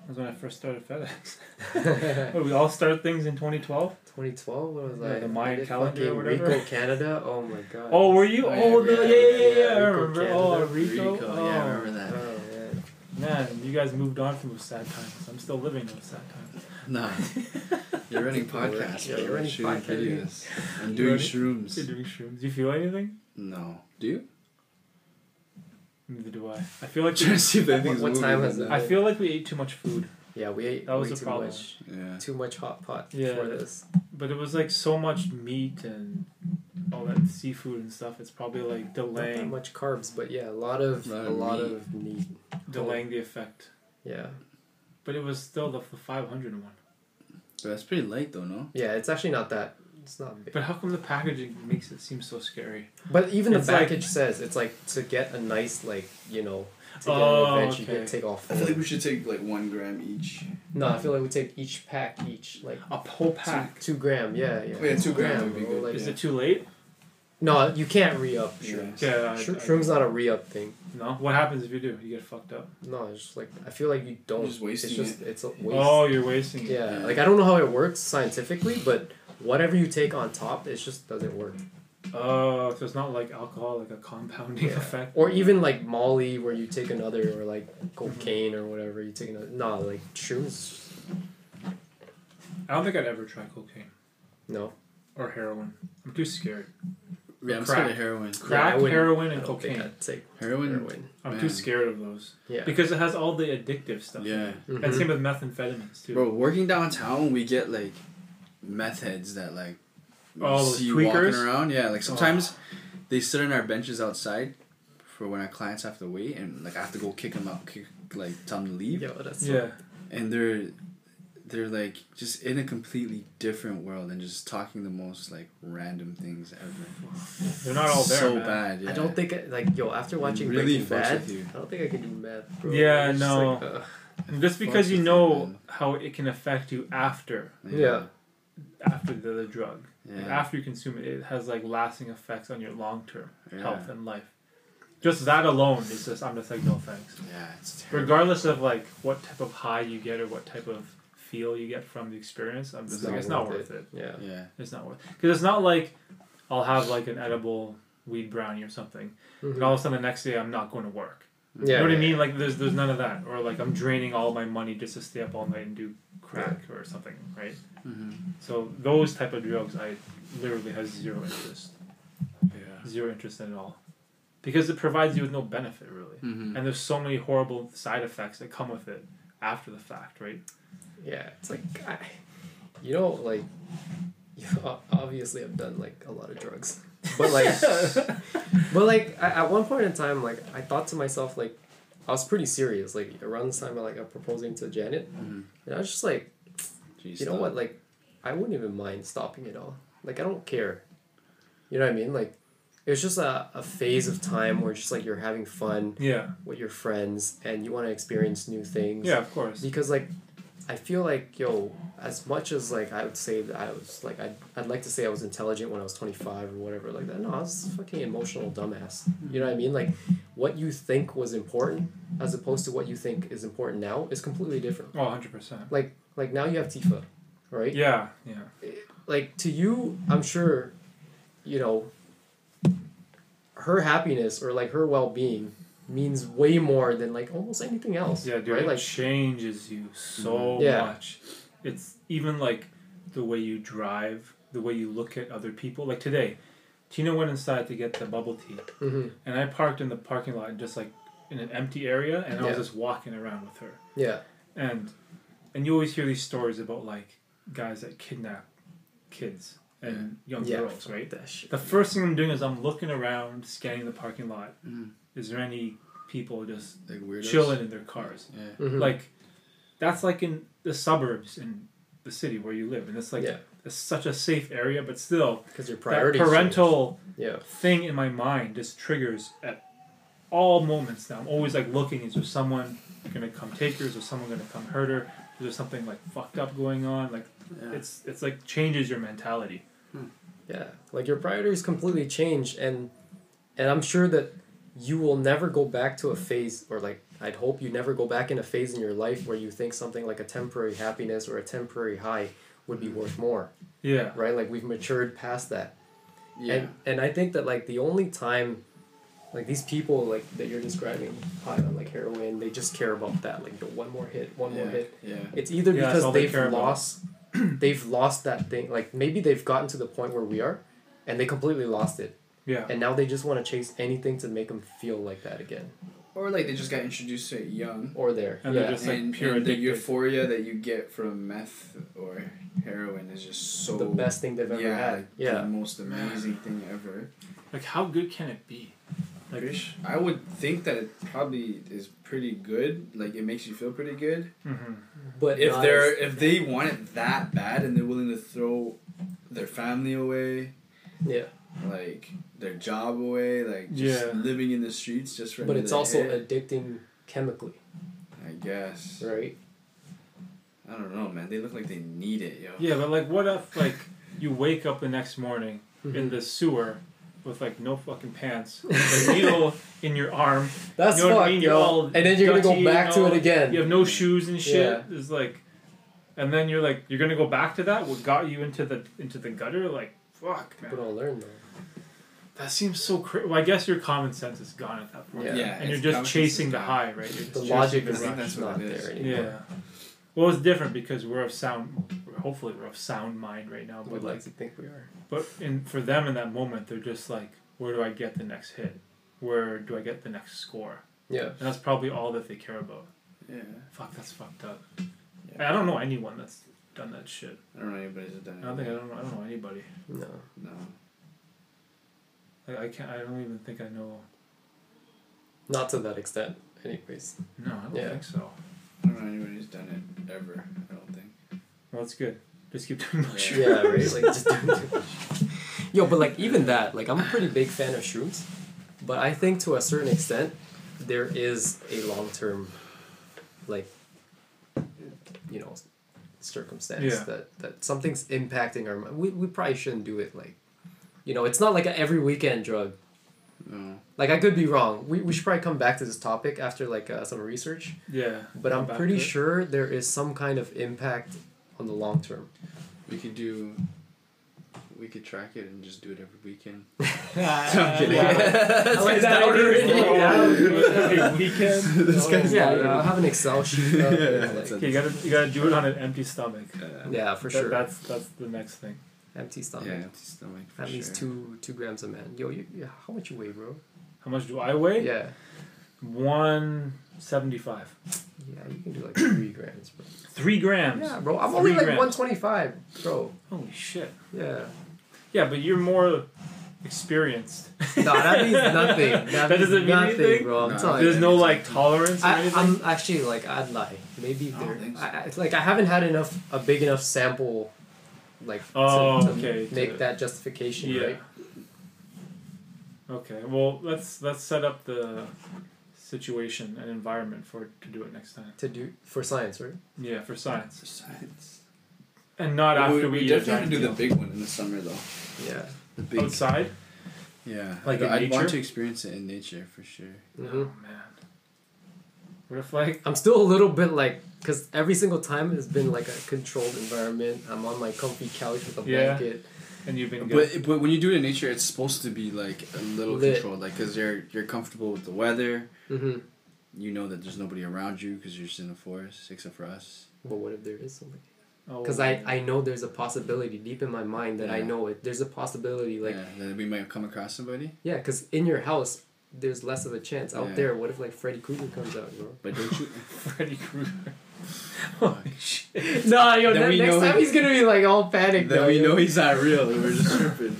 Speaker 3: That was when I first started FedEx. What, we all start things in 2012.
Speaker 2: 2012? What was
Speaker 3: Yeah,
Speaker 2: I?
Speaker 3: the Mayan
Speaker 2: I did
Speaker 3: calendar or
Speaker 2: fucking
Speaker 3: whatever.
Speaker 2: Rico, Canada? Oh my god.
Speaker 3: Oh, were you?
Speaker 1: Oh, yeah,
Speaker 3: Oh, the,
Speaker 1: Rico,
Speaker 3: yeah, yeah, yeah,
Speaker 2: yeah,
Speaker 3: yeah. I
Speaker 2: Rico
Speaker 3: remember. Oh,
Speaker 2: Canada.
Speaker 3: Rico. oh.
Speaker 1: Yeah, I remember
Speaker 2: Oh,
Speaker 1: that.
Speaker 2: man.
Speaker 3: Man, you guys moved on from those sad times. I'm still living those sad times.
Speaker 1: No. You're running podcasts.
Speaker 2: Yeah,
Speaker 1: but
Speaker 2: you're
Speaker 1: we're
Speaker 2: running
Speaker 1: shooting
Speaker 2: podcasts.
Speaker 1: videos. I'm
Speaker 3: You
Speaker 1: doing
Speaker 3: ready? You're
Speaker 1: shrooms.
Speaker 3: doing shrooms. Do you feel anything?
Speaker 1: No. Do you?
Speaker 3: Neither do I. I feel like
Speaker 1: Trying to see if anything's
Speaker 2: What
Speaker 1: moving
Speaker 2: time
Speaker 1: or
Speaker 2: is it?
Speaker 1: not.
Speaker 3: I feel like we ate too much food,
Speaker 2: Yeah, we ate
Speaker 3: That was
Speaker 2: way
Speaker 3: the
Speaker 2: too
Speaker 3: problem.
Speaker 2: much.
Speaker 1: Yeah.
Speaker 2: Too much hot pot
Speaker 3: Yeah.
Speaker 2: for this.
Speaker 3: but it was like so much meat and all that seafood and stuff. It's probably like
Speaker 2: Not that
Speaker 3: delaying,
Speaker 2: much carbs, but yeah, a lot of
Speaker 1: Lot
Speaker 2: a
Speaker 1: of
Speaker 2: lot
Speaker 1: meat.
Speaker 2: of meat.
Speaker 3: delaying the effect.
Speaker 2: Yeah.
Speaker 3: But it was still the, the 500 one.
Speaker 1: But that's pretty light though, no?
Speaker 2: Yeah, it's actually not that. It's not big.
Speaker 3: But how come the packaging makes it seem so scary?
Speaker 2: But even the
Speaker 3: It's like-
Speaker 2: package says it's like to get a nice like you know to get
Speaker 3: Oh,
Speaker 2: an event you
Speaker 3: okay.
Speaker 2: get take off.
Speaker 1: I feel like we should take like one gram each.
Speaker 2: No, I feel like we take each pack each like
Speaker 3: A whole pack.
Speaker 2: two gram. Yeah, yeah.
Speaker 1: Oh, yeah, two gram would be
Speaker 2: bro,
Speaker 1: good.
Speaker 2: like-
Speaker 3: Is it too late?
Speaker 2: No, you can't re up. Sure.
Speaker 1: Yeah.
Speaker 3: Yeah. I- I-
Speaker 2: Shroom's not a re up thing.
Speaker 3: No. What happens if you do? You get fucked up.
Speaker 2: No, it's just like I feel like you don't.
Speaker 1: just wasting
Speaker 2: it's just it's a waste.
Speaker 3: Oh, you're wasting. it.
Speaker 2: Yeah,
Speaker 1: Yeah.
Speaker 2: like I don't know how it works scientifically, but whatever you take on top, it just doesn't work.
Speaker 3: Oh, so it's not like alcohol, like a compounding
Speaker 2: Yeah.
Speaker 3: effect.
Speaker 2: Or even like Molly, where you take another, or like cocaine or whatever you take another. No, like shrooms.
Speaker 3: I don't think I'd ever try cocaine
Speaker 2: No,
Speaker 3: or heroin. I'm too scared.
Speaker 1: Yeah, I'm
Speaker 3: Crack.
Speaker 1: scared of heroin.
Speaker 3: Crack,
Speaker 2: wouldn't-
Speaker 3: heroin,
Speaker 2: I
Speaker 3: and
Speaker 2: don't think
Speaker 3: cocaine.
Speaker 2: I'd take
Speaker 1: Heroin.
Speaker 2: heroin.
Speaker 3: I'm
Speaker 1: Man.
Speaker 3: too scared of those
Speaker 2: Yeah.
Speaker 3: because it has all the addictive stuff.
Speaker 1: Yeah.
Speaker 2: Mhm.
Speaker 3: And same with methamphetamines too.
Speaker 1: Bro, working downtown, we get like meth heads that like
Speaker 3: Oh,
Speaker 1: you
Speaker 3: those
Speaker 1: see walking
Speaker 3: tweakers? Oh.
Speaker 1: around. Yeah, like sometimes they sit on our benches outside for when our clients have to wait, and like I have to go kick them out, kick, like tell them to leave,
Speaker 2: Yo, that's
Speaker 3: Yeah.
Speaker 1: and they're they're like just in a completely different world and just talking the most like random things ever.
Speaker 3: They're not all there.
Speaker 1: so
Speaker 3: man.
Speaker 1: bad. Yeah.
Speaker 2: I don't think I, like yo after watching
Speaker 1: really
Speaker 2: Breaking
Speaker 1: fucks
Speaker 2: Bad,
Speaker 1: with you.
Speaker 2: I don't think I can do math, bro.
Speaker 3: Yeah,
Speaker 2: It's just
Speaker 3: no.
Speaker 2: like, ugh.
Speaker 3: And Just because
Speaker 1: Fucks
Speaker 3: you
Speaker 1: with
Speaker 3: know
Speaker 1: you, man.
Speaker 3: how it can affect you after.
Speaker 2: Yeah.
Speaker 3: after the other drug. Like,
Speaker 1: Yeah.
Speaker 3: after you consume it, it has like lasting effects on your long term
Speaker 1: Yeah.
Speaker 3: health and life. Just that alone is just I'm just like no thanks.
Speaker 1: Yeah, it's terrible.
Speaker 3: Regardless of like what type of high you get or what type of feel you get from the experience, I'm just
Speaker 2: It's
Speaker 3: like
Speaker 2: not
Speaker 3: it's not
Speaker 2: worth
Speaker 3: worth it.
Speaker 2: Yeah.
Speaker 1: Yeah.
Speaker 3: It's not worth because it's not like I'll have like an edible weed brownie or something,
Speaker 2: Mhm.
Speaker 3: and all of a sudden the next day I'm not going to work.
Speaker 2: Yeah,
Speaker 3: you know what
Speaker 2: yeah,
Speaker 3: I
Speaker 2: yeah.
Speaker 3: mean? Like there's there's none of that, or like I'm draining all my money just to stay up all night and do crack or something, right?
Speaker 1: hmm
Speaker 3: So those type of drugs, I literally have zero interest,
Speaker 1: Yeah.
Speaker 3: zero interest at all, because it provides you with no benefit really,
Speaker 1: hmm
Speaker 3: and there's so many horrible side effects that come with it after the fact, right?
Speaker 2: Yeah, it's like I, you know, like you know, obviously I've done like a lot of drugs, but like, but like I, at one point in time, like I thought to myself, like I was pretty serious, like around this time, I like I'm proposing to Janet,
Speaker 1: Mhm.
Speaker 2: and I was just like,
Speaker 1: Jeez,
Speaker 2: you know what, like I wouldn't even mind stopping it all, like I don't care, you know what I mean, like. It was just a, a phase of time where just like you're having fun
Speaker 3: Yeah,
Speaker 2: with your friends and you want to experience new things
Speaker 3: yeah, of course.
Speaker 2: because like I feel like yo as much as like I would say that I was like I'd, I'd like to say I was intelligent when I was 25 or whatever like that no I was a fucking emotional dumbass you know what I mean like what you think was important as opposed to what you think is important now is completely different
Speaker 3: Oh, 100 percent.
Speaker 2: like like now you have Tifa right
Speaker 3: Yeah, yeah,
Speaker 2: like to you i'm sure you know her happiness or like her well-being means way more than like almost anything else
Speaker 3: yeah, dude.
Speaker 2: right
Speaker 3: It
Speaker 2: like Mm-hmm.
Speaker 3: changes you so
Speaker 2: Yeah.
Speaker 3: much. It's even like the way you drive, the way you look at other people. Like today, Tina went inside to get the bubble tea,
Speaker 2: mhm,
Speaker 3: and I parked in the parking lot, just like in an empty area, and I was
Speaker 2: Yeah.
Speaker 3: just walking around with her.
Speaker 2: yeah
Speaker 3: And and you always hear these stories about like guys that kidnap kids and young
Speaker 2: yeah
Speaker 3: girls, right?
Speaker 2: that shit.
Speaker 3: The first thing I'm doing is I'm looking around, scanning the parking lot.
Speaker 1: Mm.
Speaker 3: Is there any people just
Speaker 1: like weirdos.
Speaker 3: chilling in their cars?
Speaker 1: Yeah.
Speaker 2: Mhm.
Speaker 3: Like, that's like in the suburbs in the city where you live, and it's like
Speaker 2: Yeah.
Speaker 3: it's such a safe area, but still
Speaker 2: because your
Speaker 3: that
Speaker 2: priorities
Speaker 3: parental
Speaker 2: change. yeah
Speaker 3: thing in my mind just triggers at all moments now. I'm always like looking, is there someone gonna come take her? Is there someone gonna come hurt her? Is there something like fucked up going on? Like
Speaker 1: Yeah.
Speaker 3: it's it's like changes your mentality.
Speaker 2: yeah like your priorities completely change and and i'm sure that you will never go back to a phase or like i'd hope you never go back in a phase in your life where you think something like a temporary happiness or a temporary high would be worth more
Speaker 3: Yeah.
Speaker 2: right like we've matured past that
Speaker 1: yeah.
Speaker 2: And and I think that like the only time like these people like that you're describing high on like heroin, they just care about that. Like the one more hit, one more
Speaker 1: yeah.
Speaker 2: hit.
Speaker 1: Yeah.
Speaker 2: It's either
Speaker 3: Yeah, that's
Speaker 2: because
Speaker 3: all they
Speaker 2: they've
Speaker 3: care about.
Speaker 2: lost they've lost that thing. Like maybe they've gotten to the point where we are and they completely lost it.
Speaker 3: Yeah.
Speaker 2: And now they just want to chase anything to make them feel like that again.
Speaker 1: Or like they just got introduced to it young.
Speaker 2: Or there.
Speaker 3: And
Speaker 2: yeah.
Speaker 3: they're just- It's like
Speaker 1: and,
Speaker 3: pure
Speaker 1: and the
Speaker 3: addictive.
Speaker 1: euphoria that you get from meth or heroin is just so
Speaker 2: the best thing they've ever
Speaker 1: yeah,
Speaker 2: had.
Speaker 1: like, the
Speaker 2: Yeah.
Speaker 1: most amazing thing ever.
Speaker 3: Like how good can it be? Like
Speaker 1: I would think that it probably is pretty good. Like it makes you feel pretty good.
Speaker 2: Mm-hmm.
Speaker 3: Mhm.
Speaker 2: But
Speaker 1: if
Speaker 2: not
Speaker 1: they're
Speaker 2: as-
Speaker 1: if they want it that bad and they're willing to throw their family away,
Speaker 2: yeah.
Speaker 1: like their job away, like just
Speaker 3: Yeah.
Speaker 1: living in the streets just for
Speaker 2: But it's
Speaker 1: another
Speaker 2: also
Speaker 1: hit,
Speaker 2: addicting chemically,
Speaker 1: I guess
Speaker 2: right?
Speaker 1: I don't know, man. They look like they need it, yo.
Speaker 3: Yeah, but like what if like you wake up the next morning in
Speaker 2: Mhm.
Speaker 3: the sewer with like no fucking pants, with a needle in your arm,
Speaker 2: That's
Speaker 3: You know what I
Speaker 2: fucked,
Speaker 3: mean? You're all
Speaker 2: yo. And then you're gonna
Speaker 3: gutsy,
Speaker 2: go back
Speaker 3: you
Speaker 2: to it
Speaker 3: know,
Speaker 2: again.
Speaker 3: You have no shoes and shit.
Speaker 2: Yeah.
Speaker 3: It's like, and then you're like, you're gonna go back to that. What got you into the into the gutter? Like, fuck,
Speaker 2: People
Speaker 3: man.
Speaker 2: don't learn though.
Speaker 3: That seems so crazy. Well, I guess your common sense is gone at that point.
Speaker 2: Yeah.
Speaker 1: Yeah,
Speaker 3: and you're
Speaker 1: it's common sense
Speaker 3: just chasing
Speaker 1: is
Speaker 3: the
Speaker 1: gone.
Speaker 3: high, right? You're just
Speaker 2: The
Speaker 3: chasing
Speaker 2: logic
Speaker 3: the
Speaker 1: I
Speaker 2: is
Speaker 1: think
Speaker 3: rush.
Speaker 1: that's
Speaker 2: not
Speaker 1: what it
Speaker 2: there
Speaker 1: is.
Speaker 2: anymore.
Speaker 3: Yeah. Well, it's different because we're of sound. Hopefully, we're of sound mind right now.
Speaker 2: We'd
Speaker 3: But
Speaker 2: like
Speaker 3: like,
Speaker 2: to think we are.
Speaker 3: but in for them in that moment, they're just like, where do I get the next hit? Where do I get the next score?
Speaker 2: Yeah.
Speaker 3: And that's probably all that they care about.
Speaker 1: Yeah.
Speaker 3: Fuck, that's fucked up.
Speaker 1: Yeah.
Speaker 3: I don't know anyone that's done that shit.
Speaker 1: I don't know anybody's done
Speaker 3: I
Speaker 1: it.
Speaker 3: don't think I don't, I don't know anybody.
Speaker 2: No.
Speaker 1: No.
Speaker 3: Like I can't. I don't even think I know.
Speaker 2: Not to that extent, anyways.
Speaker 3: No, I don't
Speaker 2: Yeah.
Speaker 3: think so.
Speaker 1: I don't know anybody's done it ever. I don't think.
Speaker 3: Well, that's good. Just keep doing my shit.
Speaker 2: Yeah, right. Like just doing too much. Yo, but like even that, like I'm a pretty big fan of shrooms, but I think to a certain extent, there is a long term, like, you know, circumstance
Speaker 3: Yeah.
Speaker 2: that that something's impacting our. mi- We we probably shouldn't do it. Like, you know, it's not like a every weekend drug.
Speaker 1: No.
Speaker 2: Like I could be wrong. We, we should probably come back to this topic after like uh, some research.
Speaker 3: Yeah.
Speaker 2: But I'm
Speaker 3: Back
Speaker 2: pretty
Speaker 3: to it.
Speaker 2: sure there is some kind of impact on the long term.
Speaker 1: We could do. We could track it and just do it every weekend.
Speaker 3: I'm
Speaker 1: kidding.
Speaker 2: I like that idea.
Speaker 3: weekend.
Speaker 1: This guy's
Speaker 2: yeah,
Speaker 1: not
Speaker 2: you know, I'll have an Excel sheet. Up,
Speaker 1: Yeah,
Speaker 2: yeah,
Speaker 1: that's
Speaker 2: like,
Speaker 3: Okay, you gotta you gotta do it on an empty stomach.
Speaker 1: Uh,
Speaker 2: yeah, for
Speaker 3: That-
Speaker 2: sure.
Speaker 3: That's that's the next thing.
Speaker 2: Empty stomach.
Speaker 1: yeah, empty stomach. For
Speaker 2: At
Speaker 1: sure.
Speaker 2: least two two grams a man. Yo, you, yeah, how much you weigh, bro?
Speaker 3: How much do I weigh?
Speaker 2: Yeah,
Speaker 3: One seventy five.
Speaker 2: yeah, you can do like three grams, bro.
Speaker 3: Three grams.
Speaker 2: Yeah, bro, I'm only
Speaker 3: Three
Speaker 2: like
Speaker 3: grams.
Speaker 2: 125, bro.
Speaker 3: Holy shit.
Speaker 2: Yeah.
Speaker 3: Yeah, but you're more experienced.
Speaker 2: No, that means nothing. That,
Speaker 3: That
Speaker 2: means
Speaker 3: doesn't mean
Speaker 2: nothing,
Speaker 3: anything?
Speaker 2: bro. I'm
Speaker 1: Nah.
Speaker 2: telling
Speaker 3: There's
Speaker 1: that
Speaker 2: you.
Speaker 3: no
Speaker 1: means
Speaker 3: like
Speaker 1: nothing.
Speaker 3: tolerance or
Speaker 2: I,
Speaker 3: anything.
Speaker 2: I'm actually like I'd lie. Maybe
Speaker 1: I don't
Speaker 2: there.
Speaker 1: think so.
Speaker 2: I, I, like I haven't had enough a big enough sample, like to-
Speaker 3: Oh,
Speaker 2: to,
Speaker 3: okay,
Speaker 2: make
Speaker 3: to-
Speaker 2: that justification,
Speaker 3: yeah.
Speaker 2: right?
Speaker 3: Okay. Well, let's let's set up the situation and environment for to do it next time.
Speaker 2: To do for science, right?
Speaker 3: Yeah, for science.
Speaker 1: For science.
Speaker 3: And not after
Speaker 1: we,
Speaker 3: we, uh,
Speaker 1: we
Speaker 3: eat a
Speaker 1: definitely have
Speaker 3: giant
Speaker 1: to do the
Speaker 3: meal.
Speaker 1: big one in the summer though.
Speaker 2: Yeah.
Speaker 1: The big.
Speaker 3: outside.
Speaker 1: Yeah.
Speaker 3: Like in
Speaker 1: I'd
Speaker 3: nature?
Speaker 1: want to experience it in nature for sure.
Speaker 2: hmm
Speaker 3: Oh man. What if like
Speaker 2: I'm still a little bit like because every single time it's been like a controlled environment. I'm on my comfy couch with a
Speaker 3: Yeah.
Speaker 2: blanket.
Speaker 3: and you've been good.
Speaker 1: But but when you do it in nature, it's supposed to be like a little
Speaker 2: Lit.
Speaker 1: controlled, like because you're you're comfortable with the weather.
Speaker 2: hmm
Speaker 1: You know that there's nobody around you because you're just in the forest, except for us.
Speaker 2: But what if there is something?
Speaker 3: Oh,
Speaker 2: Because I, I know there's a possibility deep in my mind that I
Speaker 1: Yeah.
Speaker 2: know it. There's a possibility like
Speaker 1: yeah, then we might come across somebody.
Speaker 2: yeah, because in your house there's less of a chance out
Speaker 1: Yeah.
Speaker 2: there. What if like Freddy Krueger comes out, bro?
Speaker 1: But don't you?
Speaker 3: Freddy Krueger. Holy shit.
Speaker 2: No, yo,
Speaker 1: Then
Speaker 2: ne-
Speaker 1: we
Speaker 2: next
Speaker 1: know
Speaker 2: time
Speaker 1: he-
Speaker 2: he's gonna be like all panicked.
Speaker 1: then
Speaker 2: now,
Speaker 1: we
Speaker 2: yo.
Speaker 1: know he's not real. and We're just tripping.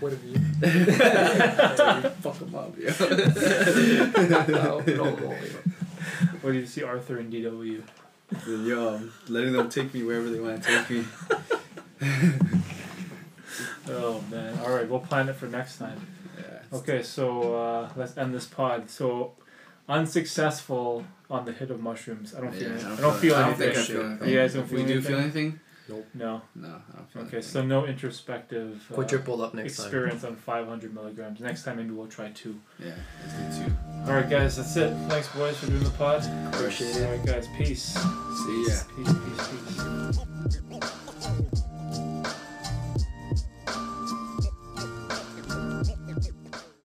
Speaker 2: What have you?
Speaker 1: Fuck him up,
Speaker 2: No, no, no, yo.
Speaker 3: What do you see Arthur and DW?
Speaker 1: yo. yo, I'm letting them take me wherever they want to take me.
Speaker 3: Oh man. Alright, we'll plan it for next time.
Speaker 1: Yeah.
Speaker 3: Okay, so uh, let's end this pod. So unsuccessful on the hit of mushrooms. I don't feel
Speaker 1: Yeah,
Speaker 3: I don't feel
Speaker 1: I don't
Speaker 3: anything.
Speaker 1: think I feel anything.
Speaker 3: You guys don't
Speaker 1: If
Speaker 3: feel
Speaker 1: we do feel
Speaker 3: anything?
Speaker 1: anything?
Speaker 3: No.
Speaker 1: No, I don't feel
Speaker 3: Okay,
Speaker 1: anything.
Speaker 3: so no introspective uh,
Speaker 2: Quadruple up next time.
Speaker 3: experience on five hundred milligrams. Next time maybe we'll try two.
Speaker 1: Yeah, let's do two.
Speaker 3: Alright guys, that's it. Thanks boys for doing the pod.
Speaker 2: Appreciate it.
Speaker 3: Alright guys, peace.
Speaker 1: See ya.
Speaker 3: Peace, peace, peace.